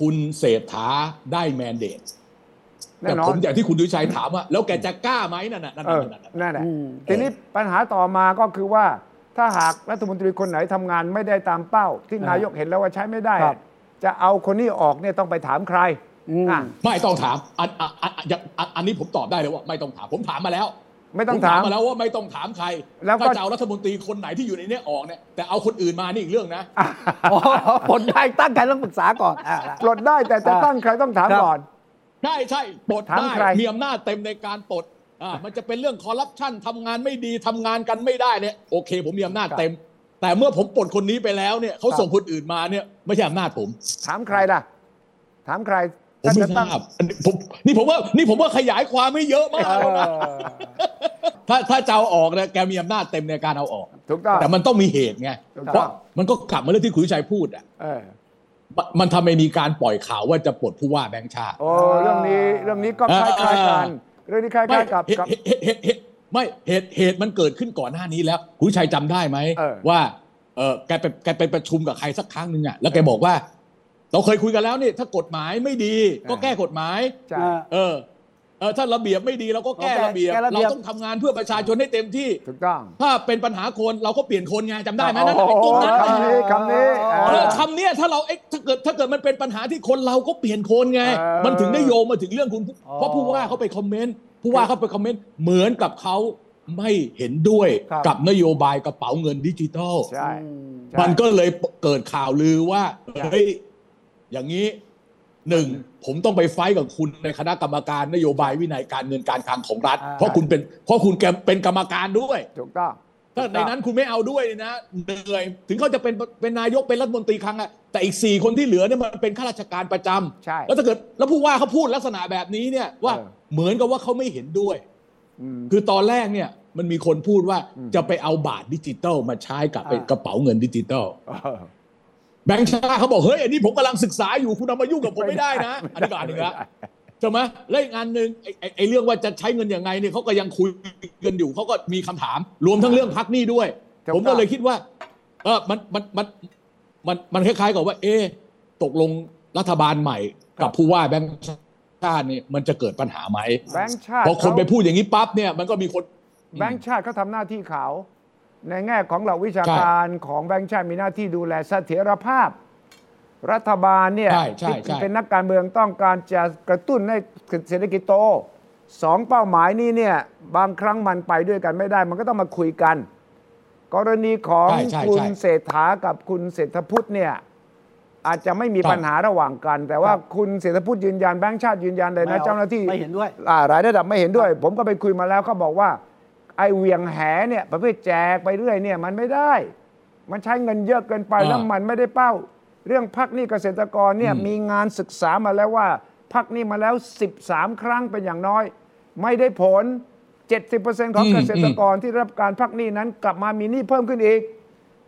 คุณเศรษฐาได้แมนเดต แน่ แต่ นอ ผ น มอย่างที่คุณดุชัยถามว่า แล้วแกจะกล้าไหมนั่นน่ะนั่น เอ น่ะ อ นั่นน่ะนั่นน่ะ นั่นแหละ อืม ทีนี้ปัญหาต่อมาก็คือว่า ถ้าหากรัฐมนตรีคนไหนทำงานไม่ได้ตามเป้า ที่นายกเห็นแล้วว่าใช้ไม่ได้ ครับ จะเอาคนนี้ออกเนี่ยต้องไปถามใคร อืม อ่ะ ไม่ต้องถามอันอันอันอย่างอันอันนี้ผมตอบได้เลยว่า ไม่ต้องถามผมถามมาแล้ว ไม่ต้อง ผ ถาม มาแล้วว่าไม่ต้องถามใคร แล้วก็ ถ้าจะเอารัฐมนตรีคนไหนที่อยู่ในเนี้ยออกเนี่ยแต่เอาคนอื่นมานี่อีกเรื่องนะ อ๋อปลดได้ตั้งใครต้องปรึกษาก่อนอ่า ปลดได้แต่จะ อ่า ตั้งใครต้องถามก่อน ใช่ใช่ปลด ถาม ได้ ใคร มีอำนาจเต็มในการปลดอ่ามันจะเป็นเรื่องคอร์รัปชันทำงานไม่ดีทำงานกันไม่ได้เนี่ยโอเค ผมมีอำนาจเต็ม แต่เมื่อผมปลดคนนี้ไปแล้วเนี่ยเขาส่งคนอื่นมาเนี่ยไม่ใช่อำนาจผม ถามใครล่ะ ถามใคร ผม ถ้า ไม่ จะ ท ตั้ ราง บอันนี้ผมนี่ผมว่านี่ผมว่าขยายความไม่เยอะมาก เอ แล้วนะ อ ถ้าถ้าจะเอาออกเนี่ยแกมีอำนาจเต็มในการเอาออก ถูกต้อง แต่มันต้องมีเหตุไง ถูกต้อง เพราะมันก็กลับมาเรื่องที่คุณวิชัยพูดอ่ะ เออ มันมันทำไมมีการปล่อยข่าวว่าจะปลดผู้ว่าแบงค์ชาติ โอ้เรื่องนี้เรื่องนี้ก็คล้ายๆกัน เรื่องนี้คล้า ไม่ ยๆกับ เหตุ กับ เหตุเหตุเหตุไม่เหตุเหตุมันเกิดขึ้นก่อนหน้านี้แล้วคุณชัยจำได้ไหม เออ ว่าเออแกไปแกไปประชุมกับใครสักครั้งหนึ่งอ่ะแล้วแกบอกว่า เราเคยคุยกันแล้วนี่ถ้ากฎหมายไม่ดี ก็แก้กฎหมาย ใช่ อ่า เออเออถ้าระเบียบไม่ดีเราก็แก้ เราแก้ ระเบียบ แก้ระเบี เรา ยบ ต้องทำงานเพื่อประชาชนให้เต็มที่ ถูกต้อง ถ้าเป็นปัญหาคนเราก็เปลี่ยนคนไงจำได้ไหมนั่นน่ะ โอ้ ไอ้ โห ตรงนั้น คำนี้คำน่ะนี้เออ เออคำเนี้ยถ้าเราเอ๊ะถ้าเกิดถ้าเกิดมันเป็นปัญหาที่คนเราก็เปลี่ยนคนไง เออ มันถึงได้โยงมาถึงเรื่องคุณ อ๋อ เพราะผู้ว่าเขาไปคอมเมนต์ผู้ว่าเขาไปคอมเมนต์เหมือนกับเขาไม่เห็นด้วย ครับ กับนโยบายกระเป๋าเงินดิจิทัล ใช่ ใช่ มันก็เลยเกิดข่าวลือว่าเฮ้ยอย่างนี้หนึ่งผมต้องไปไฟท์กับคุณในคณะกรรมการนโยบายวินัยการเงินการคลังของรัฐ อ่า เพราะคุณเป็นเพราะคุณแกเป็นกรรมการด้วย ถูกต้อง ถ้าในนั้นคุณไม่เอาด้วยเนี่ยนะเหนื่อยถึงเขาจะเป็นเป็นนายกเป็นรัฐมนตรีครั้งอะแต่อีกสี่คนที่เหลือเนี่ยมันเป็นข้าราชการประจำ ใช่ แล้วถ้าเกิดแล้วผู้ว่าเขาพูดลักษณะแบบนี้เนี่ยว่า เออ เหมือนกับว่าเขาไม่เห็นด้วย อืม คือตอนแรกเนี่ยมันมีคนพูดว่า อืม จะไปเอาบาทดิจิตอลมาใช้กับเป็น อ่าก กระเป๋าเงินดิจิตอล เออ แบงค์ชาติเขาบอกเฮ้ยอันนี้ผมกำลังศึกษาอยู่คุณเอามายุ่งกับผมไม่ได้นะ ไม่ได้ อันนี้ก็อันหนึ่งไม่ละได้ ใช่ไหมและอีกอันหนึ่งไอ้ไอ้ไอ้เรื่องว่าจะใช้เงินยังไงเนี่ยเขาก็ยังคุยกันอยู่เขาก็มีคำถาม รวมทั้งเรื่องพักหนี้ด้วย ถูกต้อง ผมก็เลยคิดว่า เออมันมันมันมันมันคล้ายๆกับว่า เอะตกลงรัฐบาลใหม่ กับผู้ว่าแบงค์ชาติเนี่ยมันจะเกิดปัญหาไหม แบงค์ชาติ พอคน เขา ไปพูดอย่างนี้ปั๊บเนี่ยมันก็มีคน แบงค์ชาติเขาทำหน้าที่เขา ในแง่ของหลักวิชาการของแบงค์ชาติมีหน้าที่ดูแลเสถียรภาพ รัฐบาลเนี่ย ใช่ใช่ ที่ ใช่ เป็นนักการเมืองต้องการจะกระตุ้นให้เศรษฐกิจโตสองเป้าหมายนี้เนี่ยบางครั้งมันไปด้วยกันไม่ได้ มันก็ต้องมาคุยกัน กรณีของ ใช่ใช่ คุณ ใช่ เศรษฐากับคุณเศรษฐพุทธเนี่ยอาจจะไม่มี ครับ ปัญหาระหว่างกัน แต่ว่า ครับ คุณเศรษฐพุทธยืนยันแบงค์ชาติยืนยันเลย ไม่ นะ เอา เจ้าหน้าที่ ไม่เห็นด้วย อ่าหลายระดับไม่เห็นด้วย ผมก็ไปคุยมาแล้วเขาบอกว่า ไอ้เหวียงแหเนี่ยประเภทแจกไปเรื่อยเนี่ยมันไม่ได้ มันใช้เงินเยอะเกินไป อ่า แล้วมันไม่ได้เป้า เรื่องพักหนี้เกษตรกรเนี่ย อืม มีงานศึกษามาแล้วว่า พักหนี้มาแล้ว 13 ครั้งเป็นอย่างน้อย ไม่ได้ผล 70%ของ อืม เกษตรกรที่รับการพักหนี้นั้นกลับมามีหนี้เพิ่มขึ้นอีก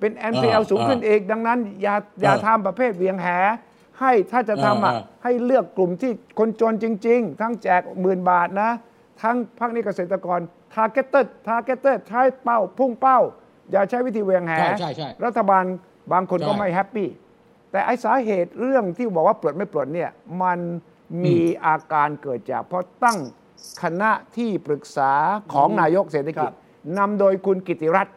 เป็น NPL อ่า สูงขึ้น อ่า อีกดังนั้นอย่าอย่า อ่า ทำประเภทเหวียงแหให้ถ้าจะทำอ่ะ อ่าอ่า ให้เลือกกลุ่มที่คนจนจริง ๆ ทั้งแจกหมื่นบาทนะ ทั้งภาคหนี้เกษตรกร ทาร์เก็ตเตอร์ทาร์เก็ตเตอร์ใช้เป้า พุ่งเป้า อย่าใช้วิธีเวียงแห ใช่ใช่ใช่ รัฐบาลบางคนก็ ใช่ ไม่แฮปปี้ แต่ไอ้สาเหตุเรื่องที่บอกว่าปลดไม่ปลดเนี่ย มันมีอาการเกิดจาก เพราะตั้งคณะที่ปรึกษาของนายกเศรษฐกิคจรับ นำโดยคุณกิติรัตน์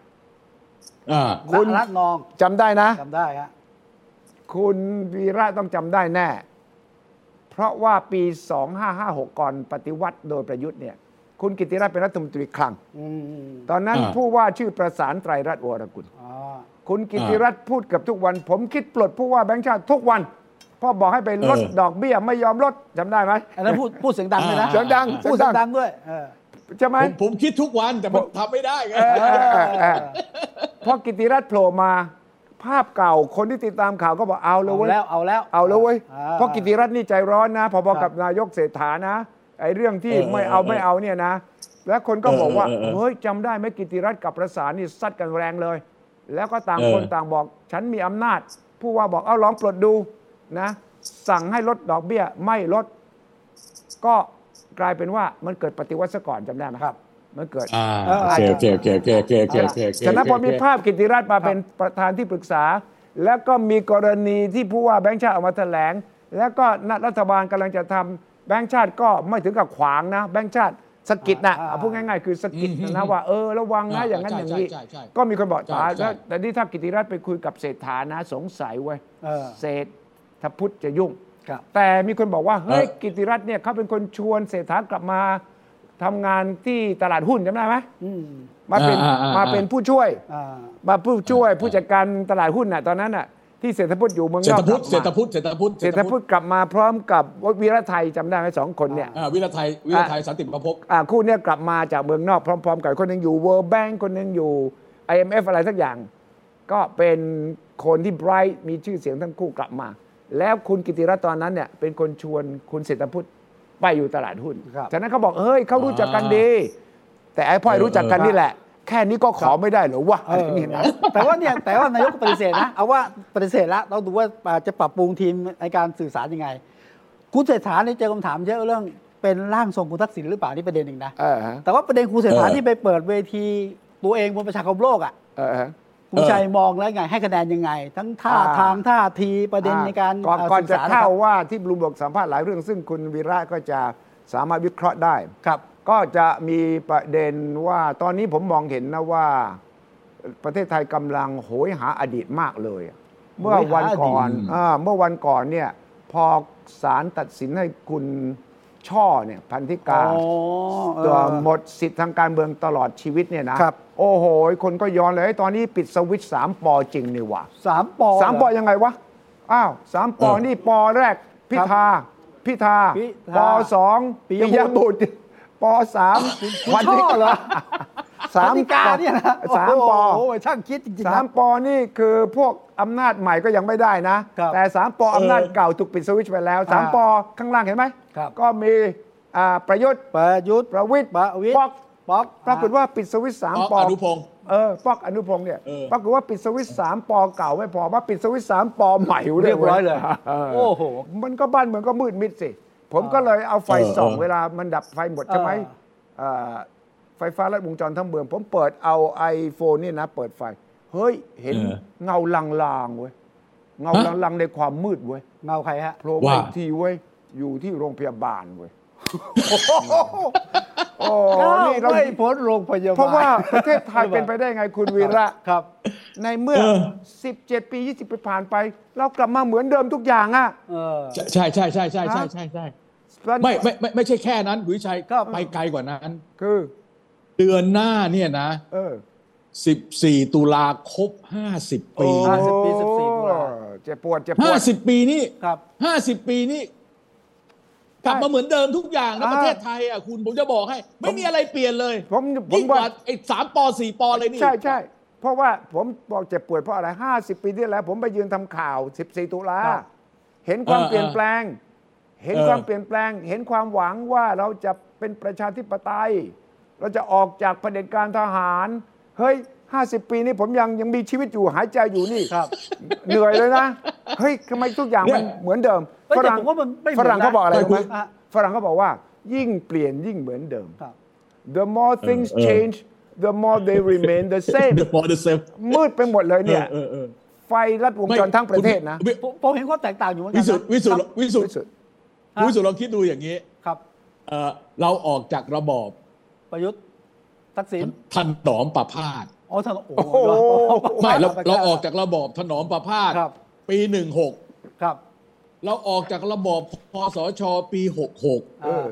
อ่า คุณ ณ รัตนอง จำได้นะ จำได้ฮะ คุณวีระต้องจำได้แน่ เพราะว่าปี 2556 ก่อนปฏิวัติโดยประยุทธ์เนี่ย คุณกิติรัตน์เป็นรัฐมนตรีคลัง อืม ตอนนั้น อ่า ผู้ว่าชื่อประสานไตรรัตน์วรกุล อ๋อ คุณกิติรัตน์พูดกับทุกวัน ผมคิดปลดผู้ว่าแบงค์ชาติทุกวันเพ่อบอกให้ไปลด เออ ดอกเบี้ยไม่ยอมลดจำได้ไหม อันนั้นพูดพูดเสียงดังเลยนะ เสียงดัง พูด เสี เสี ย ย ง ง ดั ดั ง งด้วยเออ ใช่ไหม ผมผมคิดทุกวันแต่มันทำไม่ได้ไง เออเออเออพอกิติรัตน์โผล่มา ภาพเก่าคนที่ติดตามข่าวก็บอกเอาเลย เอา เว้ย แล้วเอาแล้ว เอาแล้วเว้ย อ่ เพราะกิติรัตน์นี่ใจร้อนนะ พอ ครั ๆ บ กับนายกเศรษฐานะ ไอ้เรื่องที่ เออเออ ไม่เอา เออ ไม่เอาเนี่ยนะ แล้วคนก็บอกว่า เออเออเออ เฮ้ยจำได้ไหมกิติรัตน์กับประสานนี่ซัดกันแรงเลย แล้วก็ต่าง เออ คนต่างบอก ฉันมีอำนาจ ผู้ว่าบอก เอาลองปลดดูนะ สั่งให้ลดดอกเบี้ยไม่ลด ก็กลายเป็นว่ามันเกิดปฏิวัติซะก่อนจำได้ไหม ครับ มันเกิด อ่า เออ โอเคโอเคโอเคโอเคโอเคโอเคโอเคโอเค ฉะนั้นพอมีภาพกิติรัตน์มา ครับ เป็นประธานที่ปรึกษา แล้วก็มีกรณีที่ผู้ว่าแบงค์ชาติออกมาแถลง แล้วก็นัฐรัฐบาลกำลังจะทำแบงค์ชาติก็ไม่ถึงกับขวางนะ แบงค์ชาติสะกิดนะเอาพูดง่ายๆ คือสะกิดนะนะว่าเออระวังนะอย่างนั้นอย่างนี้ ใช่ใช่ใช่ ก็มีคนบอก ใช่ ตาย ใช่ แล้วแต่นี่ถ้ากิติรัตน์ไปคุยกับเศรษฐานะสงสัยเว้ย เออ เศรษฐพุทธจะยุ่ง ครับ แต่มีคนบอกว่าเฮ้ย เออ กิติรัตน์เนี่ยเขาเป็นคนชวนเศรษฐากลับมาทำงานที่ตลาดหุ้นจำได้ไหม อืม มาเป็น อ่าอ่าอ่าม มาเป็นผู้ช่วย อ่า มาผู้ช่วยผู้จัดการตลาดหุ้นน่ะตอนนั้นน่ะที่เศรษฐพุทธอยู่เมือง เศร น ษ อกฐพุทธเศรกษฐลับมา พุทธเศเศรษฐพุทธรษฐพุทธกลับมาพร้อมกับวีระไทยจำได้ไหมสองคนเนี่ย อ่าวิรไทยวิรไทยสันติประภพ อ่าคู่เนี่ยกลับมาจากเมืองนอกพร้อม ๆ กันคนหนึ่งอยู่ World Bank คนหนึ่งอยู่ IMF อะไรสักอย่าง ก็เป็นคนที่ไบรท์มีชื่อเสียงทั้งคู่กลับมา แล้วคุณกิติรัตน์ตอนนั้นเนี่ยเป็นคนชวนคุณเศรษฐพุทธไปอยู่ตลาดหุ้น ครับ ฉะนั้นเขาบอกเฮ้ยเขารู้จักกันดี แต่ไอ้พ่อยรู้จักกันนี่แหละ แค่นี้ก็ขอไม่ได้เหรอวะ เอ อะไร อ นี่นะ แต่ว่าเนี่ยแต่ว่านายกก็ปฏิเสธนะเอาว่าปฏิเสธแล้วเราดูว่าจะปรับปรุงทีมในการสื่อสารยังไง คุณเศรษฐาเนี่ยเจอคำถามเยอะเรื่อง เป็นร่างทรงคุณทักษิณหรือเปล่านี่ประเด็นหนึ่งนะ เออฮะ แต่ว่าประเด็นคุณเศรษฐา เออ ที่ไปเปิดเวทีตัวเองบนประชาคมโลกอ่ะ เออฮะ คุณชัยมองแล้วไงให้คะแนนยังไง ทั้งท่า อ่า ทางท่าทีประเด็น อ่ ในการ ก่อน เ ก่อนจะ สื่สรคเข้ารับ ว่าที่บลูมเบิร์กสัมภาษณ์หลายเรื่องซึ่งคุณวีระก็จะสามารถวิเคราะห์ได้ ครับ ก็จะมีประเด็นว่าตอนนี้ผมมองเห็นนะว่าประเทศไทยกำลังโหยหาอดีตมากเลยอะเมื่อวันก่อนอ่าเมื่อวันก่อนเนี่ยพอศาลตัดสินให้คุณช่อเนี่ยพันธิกา อ๋อเอ ตัว อ หมดสิทธิ์ทางการเมืองตลอดชีวิตเนี่ยนะ ครับ โอ้โห คนก็ย้อนเลยเฮ้ยตอนนี้ปิดสวิตช์สามปอจริงนี่หว่า สามปอ สามปอ เหร ยังไงวะ อ้าวสามปอ เออ นี่ปอแรก พิธา พิธา พิธา ปอสอง ปิ ปิ ยบุตร ยบุตรปอสาม คุณ วัน ช่อ นี้ เหรอ สาม ปฏิกา ปอ เนี่ยนะ สามปอ โอ้โหช่างคิดจริงๆ สาม ครับ ปอนี่คือพวกอำนาจใหม่ก็ยังไม่ได้นะ ครับ แต่สามปออำนาจเก่าถูกปิดสวิตช์ไปแล้วสาม อ่า ปอข้างล่างเห็นไหม ครับ ก็มีอ่าประยุทธ์ ประยุทธ์ ประวิตร ประวิตร ป๊อก ป๊อก ปรากฏว่าปิดสวิตช์สาม อ๋อ ปอ อ อ นุพงศ์ เออฟอกอนุพงศ์เนี่ย เออ ปรากฏว่าปิดสวิตช์สามปอเก่าไม่พอว่าปิดสวิตช์สามปอใหม่ด้ว เรียบร้อยเลย เออ โอ้โห มันก็บ้านเมืองก็มืดมิดสิ ผมก็เลยเอาไฟ เออ ส่อง เออ เวลามันดับไฟหมดใช่ไหม เออ เอ่อไฟฟ้าลัดวงจรทั้งเมือง ผมเปิดเอา iPhone นี่นะ เปิดไฟ เฮ้ย เห็นเงาลางๆเว้ยเงาลางๆในความมืดเว้ย เงาใครฮะ โผล่ไป ว่า อีกทีเว้ยอยู่ที่โรงพยาบาลเว้ยโอ้โห โอ้ นี่ นี่ เรา เราไม่พ้นโรงพยาบาล เพราะว่าประเทศไทยเป็นไปได้ไงคุณวีระ ครับ ในเมื่อ เออ 17 ปี 20 ปีผ่านไป เรากลับมาเหมือนเดิมทุกอย่างอ่ะ เออ ใช่ใช่ใช่ใช่ใช่ใช่ใช่ไม่ไม่ไม่ไม่ใช่แค่นั้นคุณวิชัย ครับ ไปไกลกว่านั้น คือ เดือนหน้าเนี่ยนะ เออ 14 ตุลาครบ 50 ปี โอ้ 50ปี14ตุลา เจ็บปวดเจ็บปวด 50 ปีนี่ ครับ 50 ปีนี่ กลับมาเหมือนเดิมทุกอย่างนะ อ่า ประเทศไทยอ่ะคุณผมจะบอกให้ ไม่มีอะไรเปลี่ยนเลย ผมผ ยิ่ ม งก ว่า ว่าไอ้สามปอสี่ปอเลยนี่ ใช่ใช่เพราะว่าผมบอกเจ็บปวดเพราะอะไร 50 ปีที่แล้ว ผมไปยืนทำข่าว 14 ตุลา ครับ เห็นความเปลี่ยนแปลง เห็นความเปลี่ยนแปลง เห็นความหวังว่าเราจะเป็นประชาธิปไตย เราจะออกจากเผด็จการทหาร เฮ้ย 50 ปีนี่ผมยังยังมีชีวิตอยู่หายใจอยู่นี่ ครับ เหนื่อยเลยนะ เฮ้ยทำไมทุกอย่างมันเหมือนเดิม เอ้ย ฝ แต่ รั่ง ผมว่ามันไม่เหมื ฝ อนนะ รั่งเขาบอกอะไรรู้ไหม อ่ะ ฝรั่งเขาบอกว่า ยิ่งเปลี่ยนยิ่งเหมือนเดิม ครับ the more things change the more they remain the same เดอะมอเดเซฟ มืดไปหมดเลยเนี่ย เออเออ ไฟรัดวงจรทั้งประเทศนะ วิ ผมผมเห็นความแตกต่างอยู่เหมือนกั วิ น สุทธิ์วิสุทธิ์วิสุทวิธิ์สุทธิ์ วิสุทธิ์ลองคิดดูอย่างนี้ ครับ เออเราออกจากระบอบ ประยุทธ์ทักษิณ ทันหนอมประพาส อ๋อท่านโอ้ โอ้ โห โห ไม่เราเราออกจากระบอบถนอมประพาส ครับ ปีหนึ่งหก ครับ เราออกจากระบอบพสชปีหกหก เออ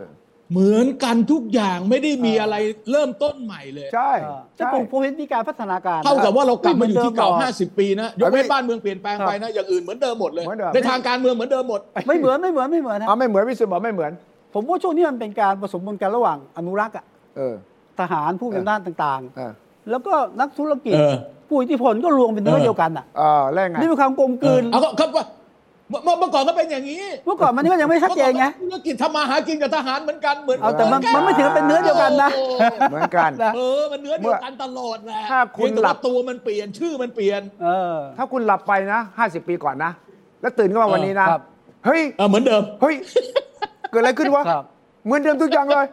เหมือนกันทุกอย่างไม่ได้มีอะไรเริ่มต้นใหม่เลย ใช่ อ่าแต่ ใช่ ผมผมเห็นมีการพัฒนาการ เท่ากับว่าเรากลับมาอยู่ที่เก่า หมือนดิมหรอ 50 ปีนะยกเว้น ไม่ บ้านเมืองเปลี่ยนแปลงไปนะ อย่างอื่นเหมือนเดิมหมดเลย เหมือนเดิม ในทางการเมืองเหมือนเดิมหมด ไม่เหมือนไม่เหมือนไม่เหมือนนะ เอาไม่เหมือนวิสุทธิ์บอกไม่เหมือน ผมว่าช่วงนี้มันเป็นการผสมบนกันระหว่างอนุรักษ์อะ เออ ทหารผู้มีอำนาจต่าง เออ ๆ แล้วก็นักธุรกิจ เออ ผู้อิทธิพลก็รวมเป็นเนื้อ เออ เดียวกันอ่ะ เออแล้วไง นี่เป็นความกลมกลืน เอาก็ครับว่าเมื่อเมื่อเมื่อก่อนก็เป็นอย่างนี้ เมื่อก่อนมันก็ยังไม่ชัดเจนไง มื่อก่อนก็ธุรกิจทำมาหากินกับทหารเหมือนกันเหมือน เอาแต่มัน กั มันไม่ถือเป็นเนื้อเดียวกันนะ โอ้โห เหมือนกัน นะ เออ มันเนื้อเดียวกันตลอดแหละ ถ้าคุณ เพียงแต่ หลั ว่า บ ตัวมันเปลี่ยนชื่อมันเปลี่ยน เออ ถ้าคุณหลับไปนะ 50 ปีก่อนนะ แล้วตื่นขึ้นมาวันนี้นะ เออครับ เฮ้ย เออเหมือนเดิม เฮ้ย เกิดอะไรขึ้นวะ ครับ เหมือนเดิมทุกอย่างเลย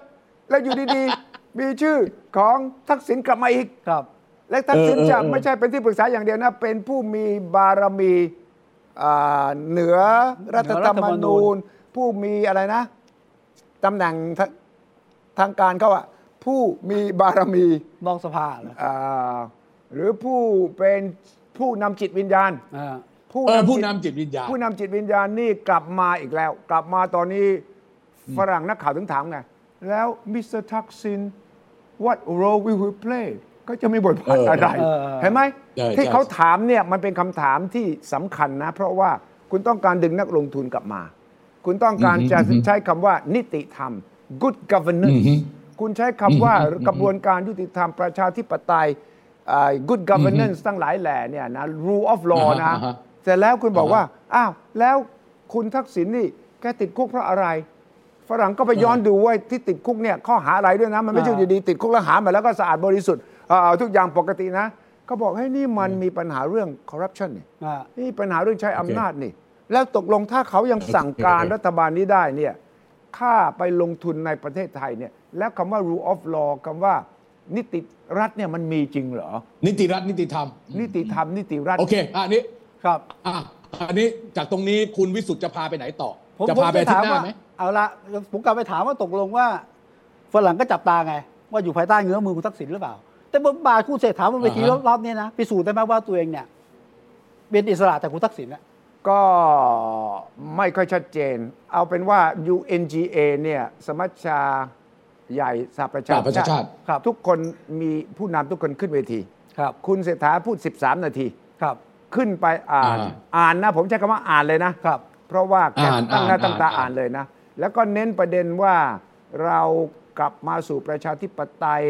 แล้วอยู่ดีๆ มีชื่อของทักษิณกลับมาอีก ครับ และทักษิณ เออเออ จะ เออ ไม่ใช่เป็นที่ปรึกษาอย่างเดียวนะ เป็นผู้มีบารมีอ่าเหนือรัฐธรรมนูญ ผู้มีอะไรนะตำแหน่งทาทางการเขาอะผู้มีบารมี นอกสภาเหรอ อ่าหรือผู้เป็นผู้นำจิตวิญญาณ อ่า ผู้ เออน ำ ผู้ จิต นำจิตวิญญาณ ผู้นำจิตวิญญาณนี่กลับมาอีกแล้ว กลับมาตอนนี้ฝรั่งนักข่าวถึงถามไง แล้วมิสเตอร์ทักซิน what role will he play ก็จะมีบทบาท เอออ อะไร เออ เห็นไหม ใช่ ที่ ใช่ เขาถามเนี่ยมันเป็นคำถามที่สำคัญนะ เพราะว่าคุณต้องการดึงนักลงทุนกลับมา คุณต้องการจะใช้คำว่านิติธรรม good governance คุณใช้คำว่ากระบวนการยุติธรรมประชาธิปไตยอ่า good governance ทั้งหลายแหล่เนี่ยนะ rule of law อ่า นะ ฮะอ่าฮะ เสร็จแล้วคุณบอกว่า อ้าว แล้วคุณทักษิณนี่แกติดคุกเพราะอะไร ฝรั่งก็ไปย้อนดูว่าที่ติดคุกเนี่ยข้อหาอะไรด้วยนะ มันไม่ใช่ อ่า อยู่ดีๆติดคุกแล้วหามาแล้วก็สะอาดบริสุทธิ์อ่าทุกอย่างปกตินะเขาบอกให้ยนี่มันมีปัญหาเรื่องคอร์รัปชันนี่ อ่า นี่ปัญหาเรื่องใช้อำนาจนี่ แล้วตกลงถ้าเขายังสั่งการรัฐบาลนี้ได้เนี่ย ค่าไปลงทุนในประเทศไทยเนี่ยแล้วคำว่า rule of law คำว่านิติรัฐเนี่ยมันมีจริงเหรอ นิติรัฐนิติธรรม นิติธรรมนิติรัฐ โอเคอ่ะอันนี้ ครับ อ่ะอันนี้จากตรงนี้คุณวิสุทธ์จะพาไปไหนต่อ ผม จะ ผม พาไปอาทิตย์หน้า ว่า ไหม เอาละผมกลับไปถามว่าตกลงว่าฝรั่งก็จับตาไง ว่าอยู่ภายใต้เงื้อมือคุณทักษิณหรือเปล่า แต่บทบาทคุณเศรษฐาบนเวที อ่าฮะ รอบๆเนี่ยนะพิสูจน์ได้ไหมว่าตัวเองเนี่ยเป็นอิสระจากคุณทักษิณอะ ก็ไม่ค่อยชัดเจน เอาเป็นว่า UNGA เนี่ยสมัชชาใหญ่สหประชา สหประชาชาติ ครับ ทุกคนมีผู้นำทุกคนขึ้นเวที ครับ คุณเศรษฐาพูด 13 นาที ครับ ขึ้นไปอ่าน อ่า อ่านนะ ผมใช้คำว่าอ่านเลยนะ ครับ เพราะว่าแก อ่าน ตั้งหน้า อ่าน ตั้งตา อ่าน อ่านเลยนะ แล้วก็เน้นประเด็นว่าเรากลับมาสู่ประชาธิปไตย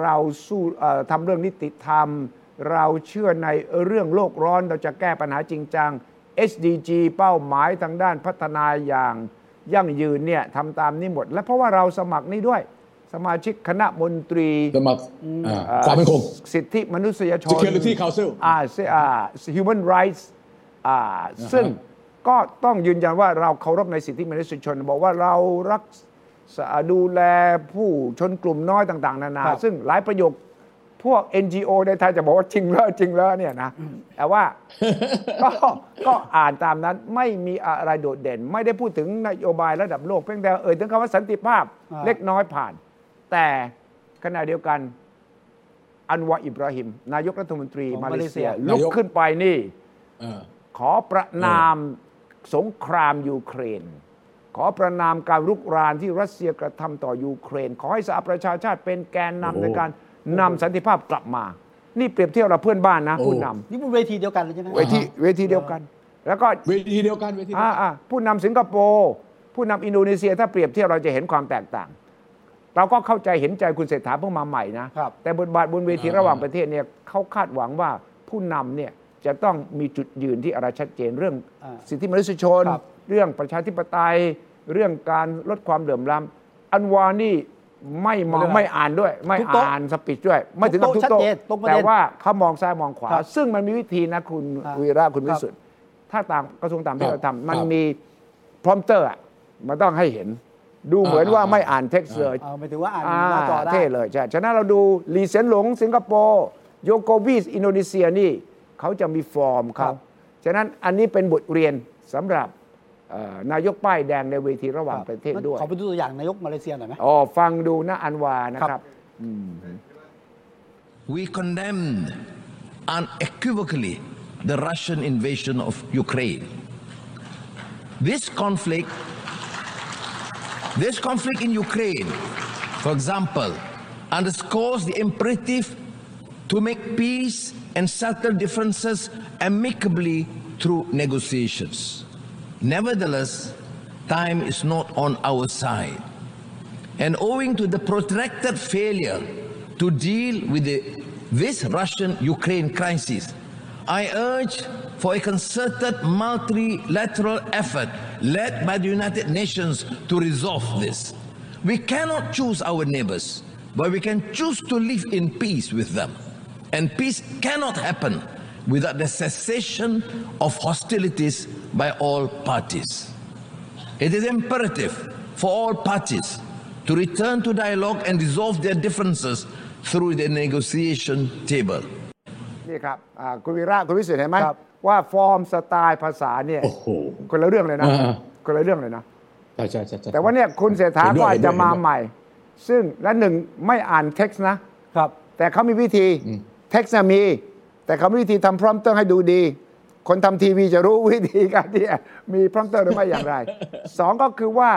เราสู้เอ่อทำเรื่องนิติธรรม เราเชื่อในเรื่องโลกร้อนเราจะแก้ปัญหาจริงจัง SDG เป้าหมายทางด้านพัฒนาอย่างยั่งยืนเนี่ยทำตามนี้หมด และเพราะว่าเราสมัครนี่ด้วย สมาชิกคณะมนตรี จะมาอ่าความมั่นคง สิทธิมนุษยชน Security Council อ่าซึ่งอ่า human rights อ่าซึ่งก็ต้องยืนยันว่าเราเคารพในสิทธิมนุษยชน บอกว่าเรารักษาดูแลผู้ชนกลุ่มน้อยต่าง ๆ นานา ครับ ซึ่งหลายประโยคพวก NGO ในไทยจะบอกว่าจริงแล้วจริงแล้วเนี่ยนะ แต่ว่า ก็ก็อ่านตามนั้นไม่มีอะไรโดดเด่น ไม่ได้พูดถึงนโยบายระดับโลกเพียงแต่เอ่ยถึงคำว่าสันติภาพ อ่า เล็กน้อยผ่าน แต่ขณะเดียวกัน อันวาอิบราฮิม นายกรัฐมนตรี ของ มา มา เล เลเซี เซีย ย ลุกขึ้นไปนี่ เออ ขอประนามสงครามยูเครน ขอประนามการรุกรานที่รัสเซียกระทำต่อยูเครน ขอให้สหประชาชาติเป็นแกนนำในการนำสันติภาพกลับมา นี่เปรียบเทียบเราเพื่อนบ้านนะ โอ้ ผู้น นี่บนเวทีเดียวกันเลยใช่ไหม ำเวทีเวทีเดียวกัน แล้วก็ เวทีเดียวกันเวทีเดียวกัน อ่าอ่าผู้นำสิงคโปร์ผู้นำอินโดนีเซียถ้าเปรียบเทียบเราจะเห็นความแตกต่าง เราก็เข้าใจเห็นใจคุณเศรษฐาเพิ่งมาใหม่นะ ครับ แต่บทบาทบนเวที อ่า ระหว่างประเทศเนี่ยเขาคาดหวังว่าผู้นำเนี่ยจะต้องมีจุดยืนที่อะไรชัดเจนเรื่อง อ่า สิทธิมนุษยชน ครับ เรื่องประชาธิปไตย เรื่องการลดความเหลื่อมล้ำอันวานี่ไม่มองไม่อ่านด้วย ไม่ ทุกโต๊ะ อ่านสปีชด้วย ไม่ถึงกับทุก ชัด โต๊ะ เจนตรงประเด็น แต่ว่าเขามองซ้ายมองขวา ครับ ซึ่งมันมีวิธีนะคุณ อ่า วีระคุณ ค วิ รับ สุทธ์ถ้าต่างกระทรวงต่างประเทศเราทำมัน ครับ มีพรอมเตอร์มันต้องให้เห็น ดูเหมือนว่า อ่า ไม่อ่านเท็กซ์เลย เอาหมายถึงว่าอ่าน อ่า หน้าจอได้ เท่เลยใช่ ฉะนั้นเราดูลีเซียนหลงสิงคโปร์โยโกวีสอินโดนีเซียนี่เขาจะมีฟอร์ม ครั เขา บ ฉะนั้นอันนี้เป็นบทเรียนสำหรับเอ่อนายกป้ายแดงในเวทีระหว่างประเทศด้วย ขอไปดูตัวอย่างนายกมาเลเซียหน่อยไหม อ๋อ ฟังดูนะอันวานะครับ We condemned unequivocally the Russian invasion of Ukraine. This conflict, this conflict in Ukraine, for example, underscores the imperative to make peace and settle differences amicably through negotiations. Nevertheless, time is not on our side and owing to the protracted failure to deal with the, this Russian Ukraine crisis, I urge for a concerted multilateral effort led by the United Nations to resolve this. We cannot choose our neighbors, but we can choose to live in peace with them. And peace cannot happen without the cessation of hostilities by all parties. It is imperative for all parties to return to dialogue and resolve their differences through the negotiation table. นี่ครับอ่าคุณวีระคุณวิสุทธิ์เห็นไหม ครับ ว่าฟอร์มสไตล์ภาษาเนี่ย โอ้โห คนละเรื่องเลยนะ อ่า คนละเรื่องเลยนะ ใช่ใช่ใช่ใช่ แต่ว่าเนี่ยคุณเศรษฐา เห็นด้ ก็ วย อาจจะ เห็นด้วย มาใหม่ ซึ่งและหนึ่งไม่อ่านเท็กซ์นะ ครับ แต่เขามีวิธีเท็กซ์น่ะมี แต่เขามีวิธีทำพร้อมเตอร์ให้ดูดี คนทำทีวีจะรู้วิธีการที่ มีพร้อมเตอร์หรือไม่อย่าง ไร สองก็คือว่า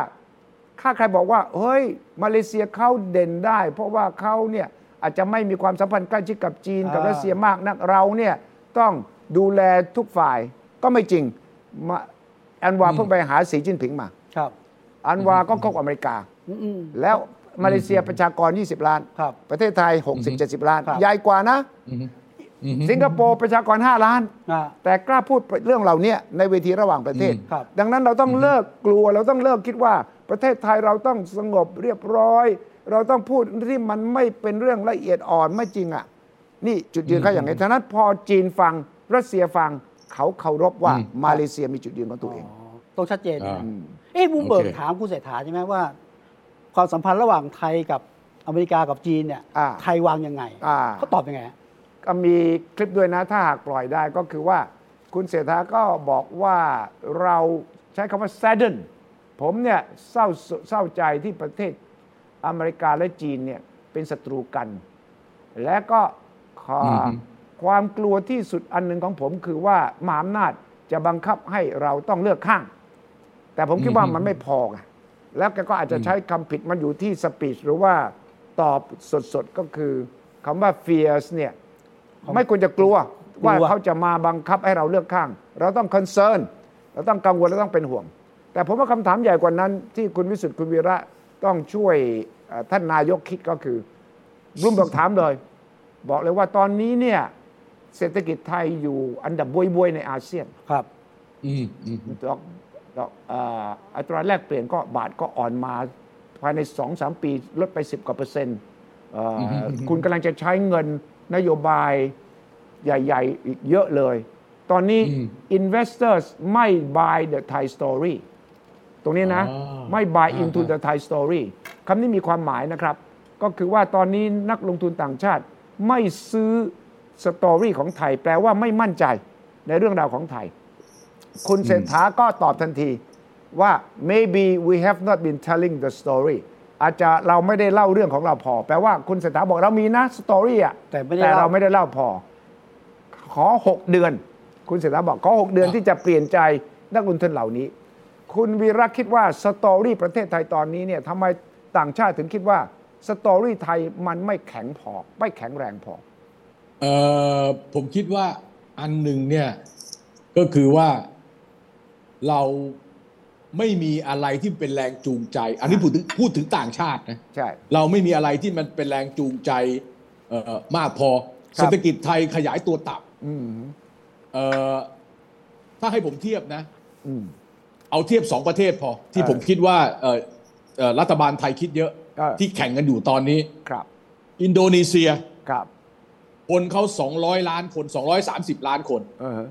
ถ้าใครบอกว่า เฮ้ย มาเลเซียเขาเด่นได้ เพราะว่าเขาเนี่ยอาจจะไม่มีความสัมพันธ์ใกล้ชิดกับจีนกับ อ่า รัสเซียมากนักเราเนี่ยต้องดูแลทุกฝ่ายก็ไม่จริงมาแอนวาเพิ่งไปหาสีจิ้นผิงมา ครับ อันวาก็คบอเมริกา แล้วมาเลเซียประชากร 20 ล้าน ครับ ประเทศไทย 60 70 ล้าน ครับ ใหญ่กว่านะ สิงคโปร์ประชากร 5 ล้าน อ่า แต่กล้าพูดเรื่องเหล่านี้ในเวทีระหว่างประเทศ อืมครับ ดังนั้นเราต้องเลิกกลัวเราต้องเลิกคิดว่าประเทศไทยเราต้องสงบเรียบร้อย เราต้องพูดที่มันไม่เป็นเรื่องละเอียดอ่อนไม่จริงอ่ะ นี่จุดยืนเขาอย่างไรฉะนั้นพอจีนฟังรัสเซียฟังเขาเคารพว่ามาเลเซียมีจุดยืนของตัวเอง ๋อต้องชัดเจน อ่า เอ๊ะบูมเบิร์ก โอเค ถามคุณเศรษฐาใช่ไหมว่า ความสัมพันธ์ระหว่างไทยกับอเมริกากับจีนเนี่ย อ่า ไทยวางยังไง อ่า เขาตอบยังไงฮะ ก็มีคลิปด้วยนะถ้าหากปล่อยได้ก็คือว่าคุณเศรษฐาก็บอกว่าเราใช้คำว่า sadden ผมเนี่ยเศร้าเศร้าใจที่ประเทศอเมริกาและจีนเนี่ยเป็นศัตรูกัน และก็ขออ ม ความกลัวที่สุดอันหนึ่งของผมคือว่ามหาอำนาจจะบังคับให้เราต้องเลือกข้าง แต่ผมคิดว่ามันไม่พอไงแล้วแกก็อาจจะใช้คำผิดมันอยู่ที่สปีชหรือว่าตอบสดๆ ก็คือคำว่า fears เนี่ยไม่ควรจะกลัวว่าเขาจะมาบังคับให้เราเลือกข้าง เราต้อง concern เราต้องกังวลเราต้องเป็นห่วง แต่ผมว่าคำถามใหญ่กว่านั้น ที่คุณวิสุทธิ์คุณวีระต้องช่วยเอ่อท่านนายกคิดก็คือ รุ่มบอกถามเลย บอกเลยว่าตอนนี้เนี่ยเศรษฐกิจไทยอยู่อันดับบวยๆในอาเซียน ครับ อืมอืม ดอกดอกเอ่ออัตราแลกเปลี่ยนก็บาทก็อ่อนมาภายใน2อสปีลดไป 10 กว่าเปอร์เซ็นต์เอ่ออคุณกำลังจะใช้เงินนโยบายใหญ่ ๆ อีกเยอะเลย ตอนนี้ อืม investors ไม่ buy the Thai story ตรงนี้นะ อ๋อ ไม่ buy อ่า into the Thai story คำนี้มีความหมายนะครับ ก็คือว่าตอนนี้นักลงทุนต่างชาติไม่ซื้อสตอรี่ของไทย แปลว่าไม่มั่นใจในเรื่องราวของไทย คุณเศรษฐาก็ตอบทันทีว่า maybe we have not been telling the story อาจจะเราไม่ได้เล่าเรื่องของเราพอ แปลว่าคุณเศรษฐาบอกเรามีนะสตอรี่อ่ะ แต่ไม่ได้ แต่ เล่า เราไม่ได้เล่าพอ ขอ 6 เดือน คุณเศรษฐาบอกขอ 6 เดือนที่จะเปลี่ยนใจนักลงทุนเหล่านี้ คุณวีระคิดว่าสตอรี่ประเทศไทยตอนนี้เนี่ยทำไมต่างชาติถึงคิดว่าสตอรี่ไทยมันไม่แข็งพอ ไม่แข็งแรงพอ เอ่อผมคิดว่าอันหนึ่งเนี่ยก็คือว่าเราไม่มีอะไรที่เป็นแรงจูงใจ อันนี้พูดถึงพูดถึงต่างชาตินะ ใช่ เราไม่มีอะไรที่มันเป็นแรงจูงใจเอ่อมากพอ ครับ เศรษฐกิจไทยขยายตัวต่ อืม ำเอ่อถ้าให้ผมเทียบนะ อืม เอาเทียบสองประเทศพอ ที่ เออ ผมคิดว่าเอ่อเอ่อรัฐบาลไทยคิดเยอะ เออ ที่แข่งกันอยู่ตอนนี้ ครับ อินโดนีเซีย ครับ คนเขา200 ล้านคน 230 ล้านคน เออ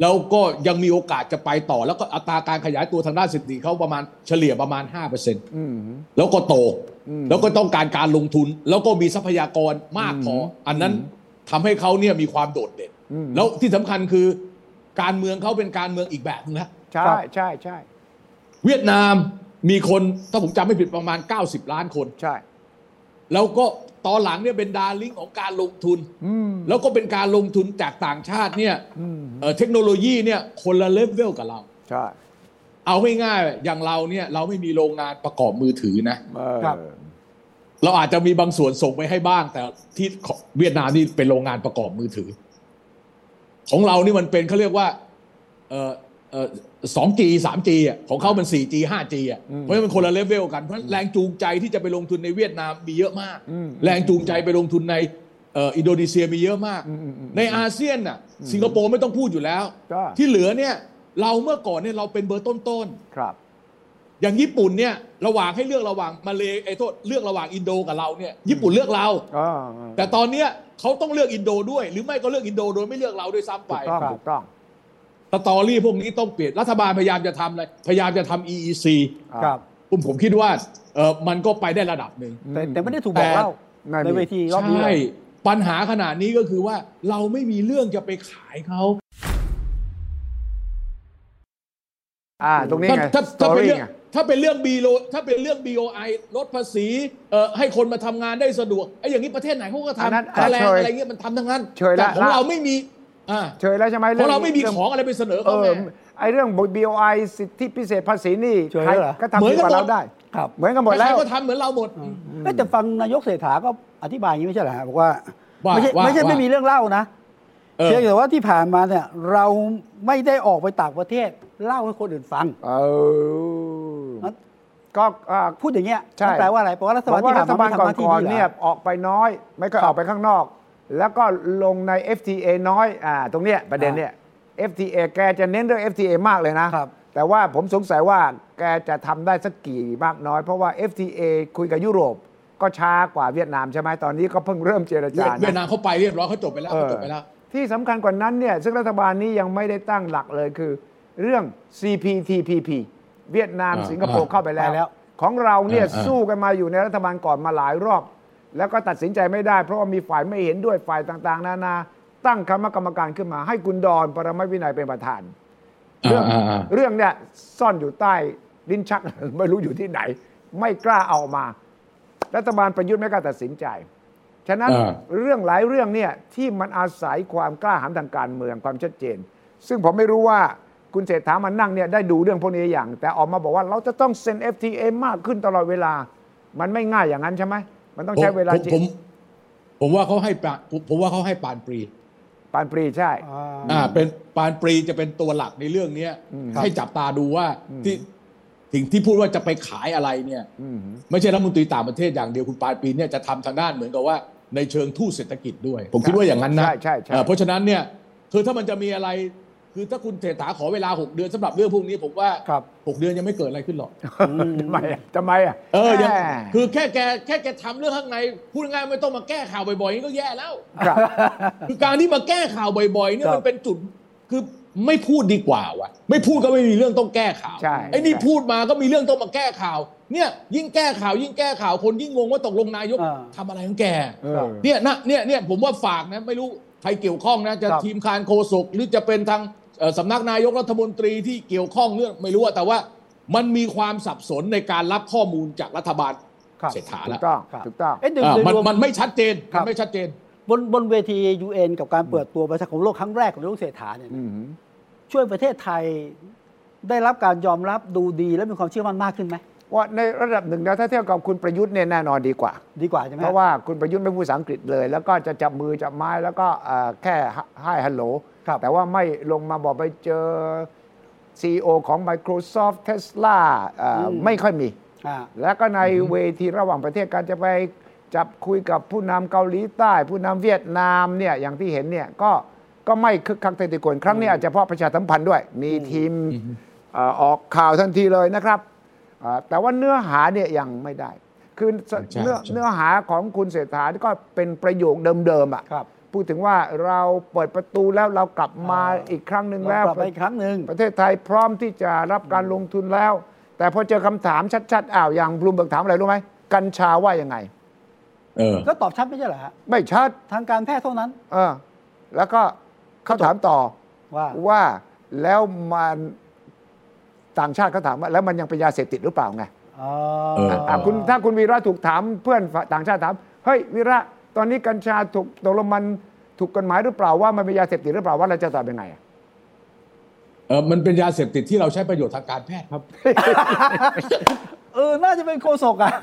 แล้วก็ยังมีโอกาสจะไปต่อ แล้วก็อัตราการขยายตัวทางด้านเศรษฐกิจเขาประมาณเฉลี่ยประมาณ 5% อืม แล้วก็โต อืม แล้วก็ต้องการการลงทุน แล้วก็มีทรัพยากรมากพอออันนั้นทำให้เขาเนี่ยมีความโดดเด่น แล้วที่สำคัญคือการเมืองเขาเป็นการเมืองอีกแบบนึงนะ ใช่ใช่ใช่ เวียดนามมีคนถ้าผมจำไม่ผิดประมาณ 90 ล้านคน ใช่ แล้วก็ตอนหลังเนี่ยเป็นดาร์ลิงของการลงทุน แล้วก็เป็นการลงทุนจากต่างชาติเนี่ยเอ่อเทคโนโลยีเนี่ยคนละเลเวลกับเรา ใช่ เอาง่ายๆอย่างเราเนี่ยเราไม่มีโรงงานประกอบมือถือนะ เออ ครับ เราอาจจะมีบางส่วนส่งไปให้บ้าง แต่ที่ของเวียดนามนี่เป็นโรงงานประกอบมือถือ ของเรานี่มันเป็นเขาเรียกว่าเออเออสองจีสามจีอ่ะของเขามันสี่จีห้าจีอ่ะเพราะฉะนั้นมันคนละเลเวลกันเพราะฉะนั้นแรงจูงใจที่จะไปลงทุนในเวียดนามมีเยอะมาก แรงจูงใจไปลงทุนในเอ่ออินโดนีเซียมีเยอะมาก ในอาเซียนน่ะ สิงคโปร์ไม่ต้องพูดอยู่แล้ว ก็ ที่เหลือเนี่ยเราเมื่อก่อนเนี่ยเราเป็นเบอร์ต้นๆ ครับ อย่างญี่ปุ่นเนี่ยระหว่างให้เลือกระหว่างมาเลไอ้โทษเลือกระหว่างอินโดกับเราเนี่ยญี่ปุ่นเลือกเรา อ่า แต่ตอนเนี้ยเขาต้องเลือกอินโดด้วย หรือไม่ก็เลือกอินโดโดยไม่เลือกเราด้วยซ้ำไป ถูกต้องถูกต้อง สตอรี่พวกนี้ต้องเปลี่ยนรัฐบาลพยายามจะทำอะไรพยายามจะทำ EEC อ่า ครับ ผมผมคิดว่าเออมันก็ไปได้ระดับหนึ่ง แต่แต่ไม่ได้ถูกบอกเล่า นั่นดิ ในเวทีรอบนี้เล ใช่ ย ปัญหาขนาดนี้ก็คือว่าเราไม่มีเรื่องจะไปขายเขา อ่า ตรงนี้ ถ้า ไง ถ้า สต ถ้า อ เป็น รี่ไงเรื่องถ้าเป็นเรื่อง BO ถ้าเป็นเรื่อง BOI ลดภาษีเอ่อให้คนมาทำงานได้สะดวกไอ้อย่างนี้ประเทศไหนเขาก็ อันนั้น ทำค่าแรง เฉย อะไรเงี้ยมันทำทั้งนั้น เฉยละ แต่ของ ละ เราไม่มีอ่า เชยแล้วใช่ไหม ของเราไม่มี อง ของอะไรไปเสนอ เอ เขา อ ไง ไอเรื่อง BOI สิทธิพิเศษภาษีนี่ เฉย ใคร เหรอ ก็ทำ เหมื ดี อน ก กัน ว่า หมด เราได้ ครับ เหมือนกันหมด ใค แล้ ร ว ก็ทำเหมือนเราหมด เอ้ยแต่ฟังนายกเศรษฐาก็อธิบายอย่างนี้ไม่ใช่เหรอฮะบอกว่า ว่า ไม่ใช่ ว่า ไม่ใช่ ว่า ไม่มีเรื่องเล่านะ เออ เพียงแต่ว่าที่ผ่านมาเนี่ยเราไม่ได้ออกไปต่างประเทศเล่าให้คนอื่นฟัง เออ ครับ ก็อ่า พูดอย่างเงี้ย ใช่ มันแปลว่าอะไรแปลว่ารับบฐา อ ล ก ที่ ว่าผ่ารัน ฐ มา บาล ไม่ทำหน้าที่ ก่อนๆ นี้ เนี่ เหร ย อ ออกไปน้อย ไม่ก็ออกไปข้างนอก แล้วก็ลงใน FTA น้อยอ่าตรงเนี้ยประเด็นเนี่ย FTA แกจะเน้นเรื่อง FTA มากเลยนะ ครับ แต่ว่าผมสงสัยว่าแกจะทำได้สักกี่มากน้อย เพราะว่า FTA คุยกับยุโรป ก็ช้ากว่าเวียดนามใช่ไหมตอนนี้ก็เพิ่งเริ่มเจรจานะ เวียดนามเขาไปเรียบร้อยเขาจบไปแล้วเขาจบไปแล้ว เออที่สำคัญกว่านั้นเนี่ยซึ่งรัฐบาลนี้ยังไม่ได้ตั้งหลักเลยคือ เรื่อง CPTPP เวียดนาม อ่า สิงคโปร์ อ่า เข้าไปแล้ ไปแล้ว ว ของเราเนี่ย อ่าอ่า สู้กันมาอยู่ในรัฐบาลก่อนมาหลายรอบ แล้วก็ตัดสินใจไม่ได้ เพราะว่ามีฝ่ายไม่เห็นด้วยฝ่ายต่างๆ นานา ตั้งคณะกรรมการขึ้นมา ให้คุณดอนปรมัตถ์วินัยเป็นประธาน เรื่อง อ่าอ่า เรื่องเนี่ยซ่อนอยู่ใต้ลิ้นชัก ไม่รู้อยู่ที่ไหน ไม่กล้าเอามา รัฐบาลประยุทธ์ไม่กล้าตัดสินใจ ฉะนั้น อ่า เรื่องหลายเรื่องเนี่ยที่มันอาศัยความกล้าหาญทางการเมืองความชัดเจน ซึ่งผมไม่รู้ว่าคุณเศรษฐามันนั่งเนี่ยได้ดูเรื่องพวกนี้อย่าง แต่ออกมาบอกว่าเราจะต้องเซ็น FTA มากขึ้นตลอดเวลา มันไม่ง่ายอย่างนั้นใช่ไหมมันต้องใช้เวลา ผม จริ ผม ง ผมว่าเขาให้ปะผมผมว่าเขาให้ปานปรี ปานปรีใช่ อ่า อ่าเป็นปานปรีจะเป็นตัวหลักในเรื่องเนี้ย อืม ให้จับตาดูว่าที่สิ่งที่พูดว่าจะไปขายอะไรเนี่ย อืม ไม่ใช่รัฐมนตรีต่างประเทศอย่างเดียวคุณปานปรีเนี่ยจะทำทางด้านเหมือนกับว่าในเชิงทูตเศรษฐกิจด้วย ผมคิดว่าอย่างนั้นนะ ใช่ใช่ใช่ เอ่อเพราะฉะนั้นเนี่ยคือถ้ามันจะมีอะไร คือถ้าคุณเศรษฐาขอเวลา 6 เดือนสำหรับเรื่องพวกนี้ผมว่า ครับ หกเดือนยังไม่เกิดอะไรขึ้นหรอก ทำไมอ่ะทำไมอ่ะ เออยัง แหม คือแค่แกแค่แกทำเรื่องข้างในพูดง่ายๆไม่ต้องมาแก้ข่าวบ่อยๆนี่ก็แย่แล้ว ครับ คือการที่มาแก้ข่าวบ่อยๆเนี่ย ครับ มันเป็นจุดคือไม่พูดดีกว่าวะไม่พูดก็ไม่มีเรื่องต้องแก้ข่าว ใช่ ไอ้นี่ ใช่ พูดมาก็มีเรื่องต้องมาแก้ข่าว เนี่ยยิ่งแก้ข่าวยิ่งแก้ข่าวคนยิ่งงงว่าตกลงนายก อ่า ทำอะไรของแก เออ เนี่ยนะเนี่ยเนี่ยผมว่าฝากนะไม่รู้ใครเกี่ยวข้องนะจะ ครับ ทีมคานโคศกหรือจะเป็นทางเอ่อสำนักนายกรัฐมนตรีที่เกี่ยวข้องเรื่องไม่รู้อะแต่ว่ามันมีความสับสนในการรับข้อมูลจากรัฐบาล ครับ เศรษฐา ถู แล้ ก ว ต้อง ครับ ถูกต้อง เอ๊ะดึง อ่า โดย มัน รวม มันไม่ชัดเจน ครั มั บ นไม่ชัดเจน บนบนเวที UN กับการเปิดตัวประชาคมโลกครั้งแรกของนายกเศรษฐาเนี่ยนะช่วยประเทศไทยได้รับการยอมรับดูดีและมีความเชื่อมั่นมากขึ้นไหม ว่าในระดับหนึ่งนะถ้าเทียบกับคุณประยุทธ์เนี่ยแน่นอนดีกว่า ดีกว่าใช่ไหม เพราะว่าคุณประยุทธ์ไม่พูดภาษาอังกฤษเลย แล้วก็จะจับมือจับไม้แล้วก็เอ่อแค่ให้ฮัลโหล ครับ แต่ว่าไม่ลงมาบอกไปเจอ CEO ของ Microsoft Tesla เอ่ออ ม ไม่ค่อยมี อ่า แล้วก็ในเวทีระหว่างประเทศการจะไปจับคุยกับผู้นำเกาหลีใต้ ผู้นำเวียดนามเนี่ยอย่างที่เห็นเนี่ยก็ก็ไม่คึกคักเต็มที่คนครั้งนี้อาจจะเพราะประชาสัมพันธ์ด้วย มีทีมเอ่อออกข่าวทันทีเลยนะครับเอ่อแต่ว่าเนื้อหาเนี่ยยังไม่ได้ คือ ใช่ เนื้อ ใช่ เนื้อหาของคุณเศรษฐาก็เป็นประโยคเดิมๆอ่ะ ครับ พูดถึงว่าเราเปิดประตูแล้วเรากลับมาอีกครั้งหนึ่ง แล้ แล้ว ว กลับไปอีกครั้งหนึ่ง ประเทศไทยพร้อมที่จะรับการลงทุนแล้ว แต่พอเจอคำถามชัด ๆ อ้าวอย่างบลูมเบิร์กถามอะไรรู้ไหม กัญชาว่ายังไง เออ ก็ตอบชัดไม่ใช่เหรอฮะ ไม่ชัด ทางการแพทย์เท่านั้น เออแล้วก็เขาถามต่อ ว่า ว่าแล้วมันต่างชาติเขาถามว่า แล้วมันยังเป็นยาเสพติดหรือเปล่าไง อ๋อ เออ อ่ะคุณถ้าคุณวีระถูกถามเพื่อนต่างชาติถาม เฮ้ยวีระตอนนี้กัญชาถูกตกลงมันถูกกฎหมายหรือเปล่าว่ามันเป็นยาเสพติดหรือเปล่าว่าเราจะตอบยังไงอ่ะ เออมันเป็นยาเสพติดที่เราใช้ประโยชน์ทางการแพทย์ครับ เออ น่าจะเป็นโคศกอ่ะ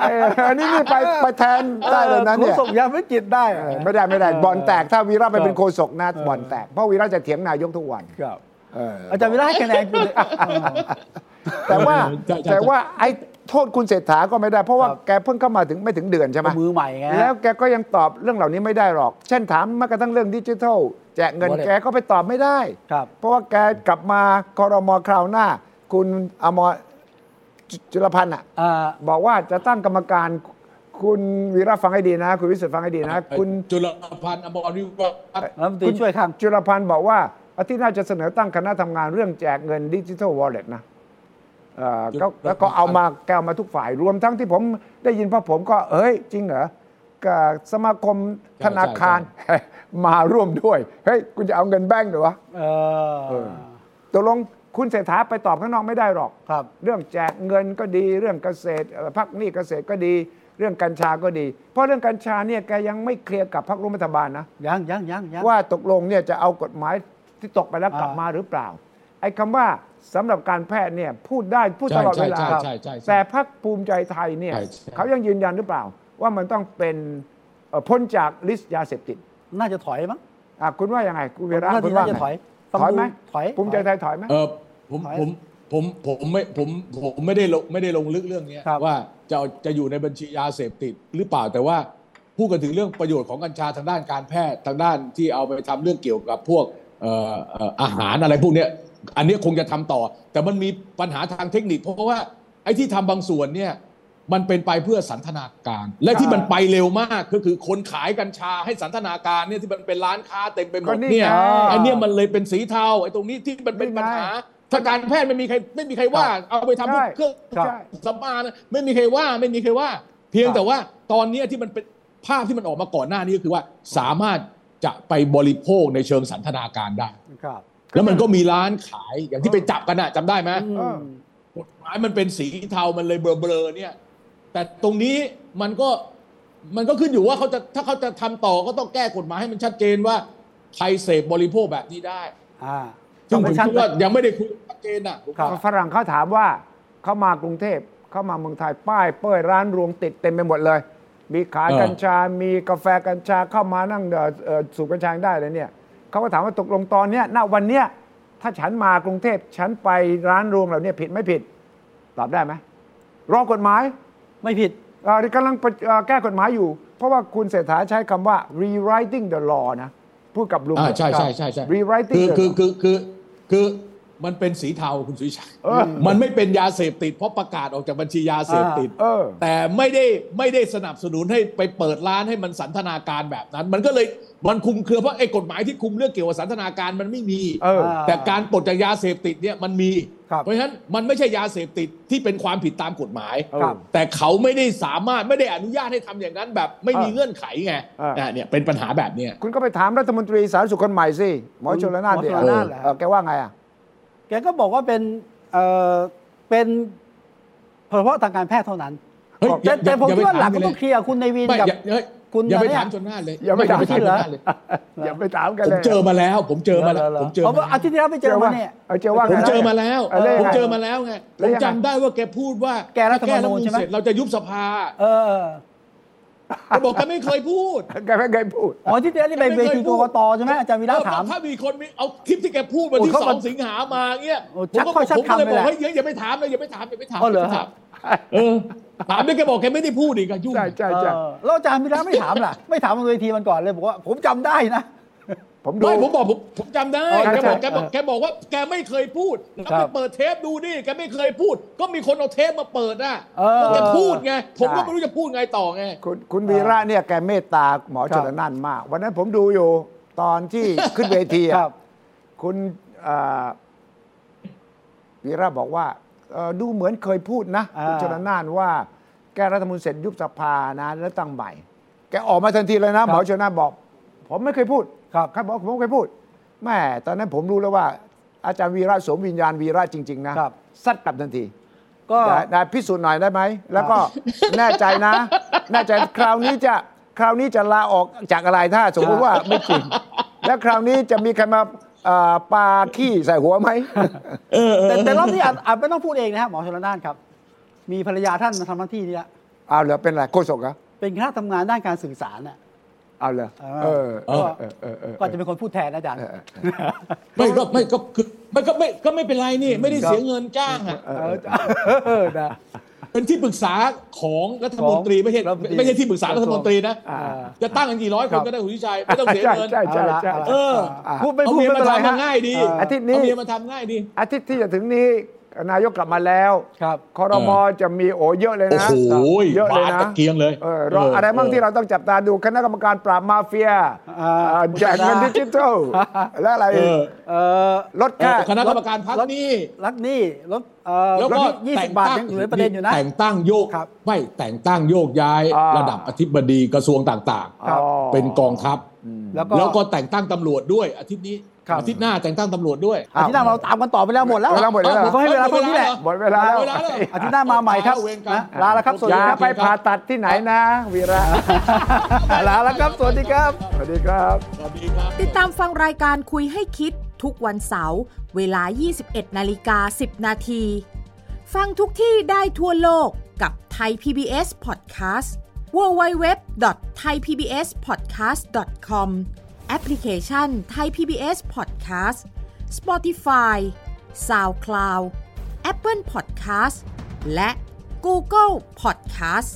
เอออันนี้นี่ไปไปแทนได้เลยนะเนี่ย โคศกยามวิกฤตได้อะ เออไม่ได้ไม่ได้บอลแตกถ้าวีระไปเป็คนรับ โคศกนะ เออ บอลแตกเพราะวีระจะเถียงนายกทุกวัน ครับ เออ อาจารย์วิระให้คะแนนคุณเลย แต่ว่า ใช่ใช่ แต่ว่าไอ้โทษคุณเศรษฐาก็ไม่ได้ เพราะว่า ครับ แกเพิ่งเข้ามาถึงไม่ถึงเดือนใช่ไหม มือใหม่ไง แล้วแกก็ยังตอบเรื่องเหล่านี้ไม่ได้หรอก เช่นถามแม้กระทั่งเรื่องดิจิทัล แจกเงิน Wallet แกก็ไปตอบไม่ได้ ครับ เพราะว่าแกกลับมาคอรมอคราวหน้า คุณอมรจุจุลพันธ์อ่ะ อ่า บอกว่าจะตั้งกรรมการคุณวีระฟังให้ดีนะ คุณวิสุทธ์ฟังให้ดีนะ คุณ จุลพันธ์อมรวิวัฒน์ รัฐมนตรีช่วยข้าง จุลพันธ์บอกว่าอาทิตย์หน้าจะเสนอตั้งคณะทำงานเรื่องแจกเงินดิจิทัลวอลเล็ตนะเอ่อก็ จุลพันธ์ แล้วก็เอามาแกวมาทุกฝ่ายรวมทั้งที่ผมได้ยินพระผมก็เอ้ย จริงเหรอกับสมาคมธนาคาร มาร่วมด้วย เฮ้ย คุณจะเอาเงินแบงค์เหรือวะ เออ ตกลงคุณเศรษฐาไปตอบข้างนอกไม่ได้หรอก ครับ เรื่องแจกเงินก็ดีเรื่องเกษตรเอ่อพักหนี้เกษตรก็ดี เรื่องกัญชาก็ดี เพราะเรื่องกัญชาเนี่ยแกยังไม่เคลียร์กับพรรคร่วมรัฐบาลนะ ยังยังยังยัง ว่าตกลงเนี่ยจะเอากฎหมายที่ตกไปแล้ว อ่าก ลับมาหรือเปล่า ไอ้คำว่าสำหรับการแพทย์เนี่ยพูดได้พูดตลอดเวลา ใช่ใช่ใช่ใช่ แต่พรรคภูมิใจไทยเนี่ย ใช่ใช่ เขายังยืนยันหรือเปล่า ว่ามันต้องเป็นเอ่อพ้นจากลิสต์ยาเสพติด น่าจะถอยมั้ง อ่ะคุณว่ายังไงคุณวีระ น่า คุ จะ ณ น่า ว่า จะ ไง ถอยฟัง ถอย ดู ไหม ถอย ภูมิใจไทยถอยไหม เออผม ถอย ผมผมผมไม่ผมผมไม่ได้ลงไม่ได้ลงลึกเรื่องเนี้ย ครับ ว่าจะเอาจะอยู่ในบัญชียาเสพติดหรือเปล่าแต่ว่าพูดกันถึงเรื่องประโยชน์ของกัญชาทางด้านการแพทย์ทางด้านที่เอาไปทำเรื่องเกี่ยวกับพวกเอ่อเอ่ออาหารอะไรพวกเนี้ยอันเนี้ยคงจะทำต่อ แต่มันมีปัญหาทางเทคนิค เพราะว่าไอ้ที่ทำบางส่วนเนี่ยมันเป็นไปเพื่อสันทนาการ และที่มันไปเร็วมากก็คือคนขายกัญชาให้สันทนาการเนี่ยที่มันเป็นร้านค้าเต็มไปหม ก็ ด นี่ เนี่ย ไง อันเนี้ยมันเลยเป็นสีเทาไอ้ตรงนี้ที่มันเป็นปัญหา ท ถ้าการแพทย์ไม่มีใครไม่มีใครว่า เอาไปทำพวกเครื่อง ใช่ใช่ สำอางนะไม่มีใครว่าไม่มีใครว่า เพียงแต่ว่าตอนเนี้ยที่มันเป็นภาพที่มันออกมาก่อนหน้านี้ก็คือว่าสามารถจะไปบริโภคในเชิงสันทนาการได้ ครับ แล้วมันก็มีร้านขายอย่างที่ไปจับกันอะจำได้ไหม เออ กฎหมายมันเป็นสีเทา มันเลยเบลอเบลอๆเนี่ย แต่ตรงนี้มันก็มันก็ขึ้นอยู่ว่าเขาจะถ้าเขาจะทำต่อก็ต้องแก้กฎหมายให้มันชัดเจนว่าใครเสพบริโภคแบบนี้ได้ อ่า ซึ่งผม ชัด คิดว่ายังไม่ได้คุยชัดเจนอ่ะ ครับ ฝรั่งเขาถามว่าเขามากรุงเทพเขามาเมืองไทยป้ายเป้ยร้านรวงติดเต็มไปหมดเลย มีขาย เออ กัญชา มีกาแฟกัญชาเข้ามานั่งเอ่อเอ่อสูบกัญชาได้เลยเนี่ยเขาก็ถามว่าตกลงตอนเนี้ยณวันเนี้ยถ้าฉันมากรุงเทพฉันไปร้านรวงเหล่าเนี้ผิดไม่ผิด ตอบได้ไหมรอกฎหมาย ไม่ผิด เอ่อกำลังประเอ่อแก้กฎหมายอยู่ เพราะว่าคุณเศรษฐาใช้คำว่า rewriting the law นะพูดกับลุง อ่าใช่ใช่ใช่ใช่ rewriting คือ the คือ law คือคือคือมันเป็นสีเทาคุณสุวิชัย เออ มันไม่เป็นยาเสพติดเพราะประกาศออกจากบัญชียาเสพติด เออ แต่ไม่ได้ไม่ได้สนับสนุนให้ไปเปิดร้านให้มันสันทนาการแบบนั้น มันก็เลยมันคุมเครือเพราะไอ้กฎหมายที่คุมเรื่องเกี่ยวกับสันทนาการมันไม่มี เออ แต่การปลดจากยาเสพติดเนี่ยมันมี ครับ เพราะฉะนั้นมันไม่ใช่ยาเสพติดที่เป็นความผิดตามกฎหมาย ครับ แต่เขาไม่ได้สามารถไม่ได้อนุญาตให้ทำอย่างนั้นแบบไม่มี เออ เงื่อนไขไง เออ นะเนี่ยเป็นปัญหาแบบเนี้ย คุณก็ไปถามรัฐมนตรีสาธารณสุขคนใหม่สิ หมอชลนานเดี หมอชลนานเหรอ แกว่าไงอ่ะ แกก็บอกว่าเป็นเออเป็นเฉพาะทางการแพทย์เท่านั้น เฮ้ย แต่ อย่า แต่ผม อย่า คิดว่า ไป หลัก ถาม ก็ เลย ต้องเคลียร์คุณในวิน ไม่ กับ อย่าเอ้ย คุณ อย่าไป เนี่ย ถามชนน่านเลย อย่าไปถาม ชนน่านเลย อย่าไปถามกัน ผ เล ม ย เจอมาแล้วผมเจอมาแล้ว เหรอ ผมเจอมา เหร แล้อวอาทิตย์ที่แล้วไปเจอมาเนี่ย เออเจอว่าไง ผมเจอมาแล้ว เออแล้วยังไง ผมเจอมาแล้วไง แล้ ผ ว ม ยังไง จำได้ว่าแกพูดว่า แก้รัฐธรรมนูญ ถ้าแก้ฐธ ใช่ไหม เสร็จเราจะยุบสภา เออ แกบอกแกไม่เคยพูด แกไม่เคยพูด อ๋ออาที่ที่แล้วที่ไปเวทีกกตใช่ไหมอาจารย์วีระถาม เออถ้ามีคนมีเอาคลิปที่แกพูดวันที่ โอ้ยเขา สองสิงหามาเงี้ย โอ้ ผม ชัด ก็ ค่อยชัด ผมก็เลย คำ บ เล อย ก แหละ เฮ้ยอย่าไปถามเลยอย่าไปถามอย่าไปถาม อ๋อเหรอ ย่าไปถามเออถามแล้วแกบอกแกไม่ได้พูดอีกอะยุ่ง ใช่ใช่ใช่ เออแล้วอาจารย์วีระไม่ถามล่ะ ไม่ถามบนเวทีมันก่อนเลยบอกว่าผมจำได้นะ ผมดู ไม่ผมบอกผมผมจำได้ อ๋อ แกบอก ใช่ แกบอกแกบอกว่าแกไม่เคยพูดแล้ว ค ไป รับ เปิดเทปดูดิแกไม่เคยพูด ก็มีคนเอาเทปมาเปิดอะ เออ แล้วแกพูดไงผมก็ ใช่ ไม่รู้จะพูดไงต่อไง คุณคุณวีระเนี่ยแกเมตตาหมอชลนานมาก วันนั้นผมดูอยู่ตอนที่ขึ้นเวทีอะ ครับ คุณเอ่อวีระบอกว่าเอ่อดูเหมือนเคยพูดนะ อ่า คุณชลนานว่า แกรัฐธรรมนูญเสร็จยุบสภานะแล้วตั้งใหม่ แกออกมาทันทีเลยนะ หมอชลนานบอก ผมไม่เคยพูด ครับ ครับผมผมเคยพูดแม่ตอนนั้นผมรู้แล้วว่า อาจารย์วีระสวมวิญญาณวีระจริง ๆ นะครับ ซัดกลับทันที ก็ ได้ได้พิสูจน์หน่อยได้ไหม แล้วก็แน่ใจนะ แน่ใจคราวนี้จะคราวนี้จะลาออกจากอะไรถ้าสมมติว่าไม่จริง แล้วคราวนี้จะมีใครมาเอ่อปาขี้ใส่หัวไหม แต่แต่รอบนี้อาจอาจไม่ต้องพูดเองนะครับหมอชลน่านครับ มีภรรยาท่านมาทำหน้าที่นี้ละ เอาเหรอเป็นอะไรโฆษกเหรอ เป็นคณะทำงานด้านการสื่อสารน่ะ เอาเหรอ เออ เอก็อเออเออเออเออ ก็จะเป็นคนพูดแทนนะอาจารย์ เออเออ ไม่ก็ไม่ก็คือไม่ก็ไม่ก็ไม่เป็นไรนี่ ไม่ได้เสียเงินจ้างอ่ะ เออนะ เป็นที่ปรึกษาของรัฐมนตรี ของ ไม่ใช่ รัฐมนตรี ไม่ใช่ที่ปรึกษารัฐมนตรีนะ อ่า จะตั้งกันกี่ร้อยคนก็ได้คุณวิชัยไม่ต้องเสียเงิน ใช่ใช่ใช่ เออ า พูดไม่ เอา พูด เมีย ไม่ มา เป็นไร ทำ ฮะ มาง่ายดี เออ อาทิตย์นี้ เอาเมียมาทำง่ายดี อาทิตย์ที่จะถึงนี้นายกกลับมาแล้ว ครับ คอรมอจะมีโอเยอะเลยนะ โอ้โห เยอะเลย บาท นะ ตะเกียงเลย ออรอ เอออ อะไรบ้าง เออ ที่เราต้องจับตาดูคณะกรรมการปราบมาเฟีย อ่า เอ่อแจกเงินดิจิทัลและอะไร เออ เออ ลดค่า คณะกรรมการพักนี่ รักหนี่รถเอ่อ แล้วก็ รถยี่สิบบาทยังเหลือประเด็นอยู่นะ แต่งตั้งโยก ครับ ไม่แต่งตั้งโยกย้าย อ่า ระดับอธิบดีกระทรวงต่าง ครับ ๆ เป็นกองทัพ แล้วก็ แล้วก็แต่งตั้งตำรวจด้วยอาทิตย์นี้ ครับ อาทิตย์หน้าแต่งตั้งตำรวจด้วย อาทิตย์หน้าเราตามกันต่อไปแล้วหมดแล้ว เวลาหมดแล้ว ผมก็ให้เวลาเท่านี้แหละ หมดเวลาแล้ว หมดเวลาแล้ว อาทิตย์หน้ามาใหม่ครับ เวรกรรม นะลาแล้วครับสวัส อ ดี ย่า ครับ ไปผ่าตัดที่ไหนนะ วีระ ลาแล้วครับสวัสดีครับ สวัสดีครับ สวัสดีครับ ติดตามฟังรายการคุยให้คิดทุกวันเสาร์เวลา 21 นาฬิกา 10 นาที ฟังทุกที่ได้ทั่วโลกกับ ไทย PBS Podcast www.thaipbspodcast.com แอปพลิเคชัน Thai PBS Podcast Spotify SoundCloud Apple Podcast และ Google Podcast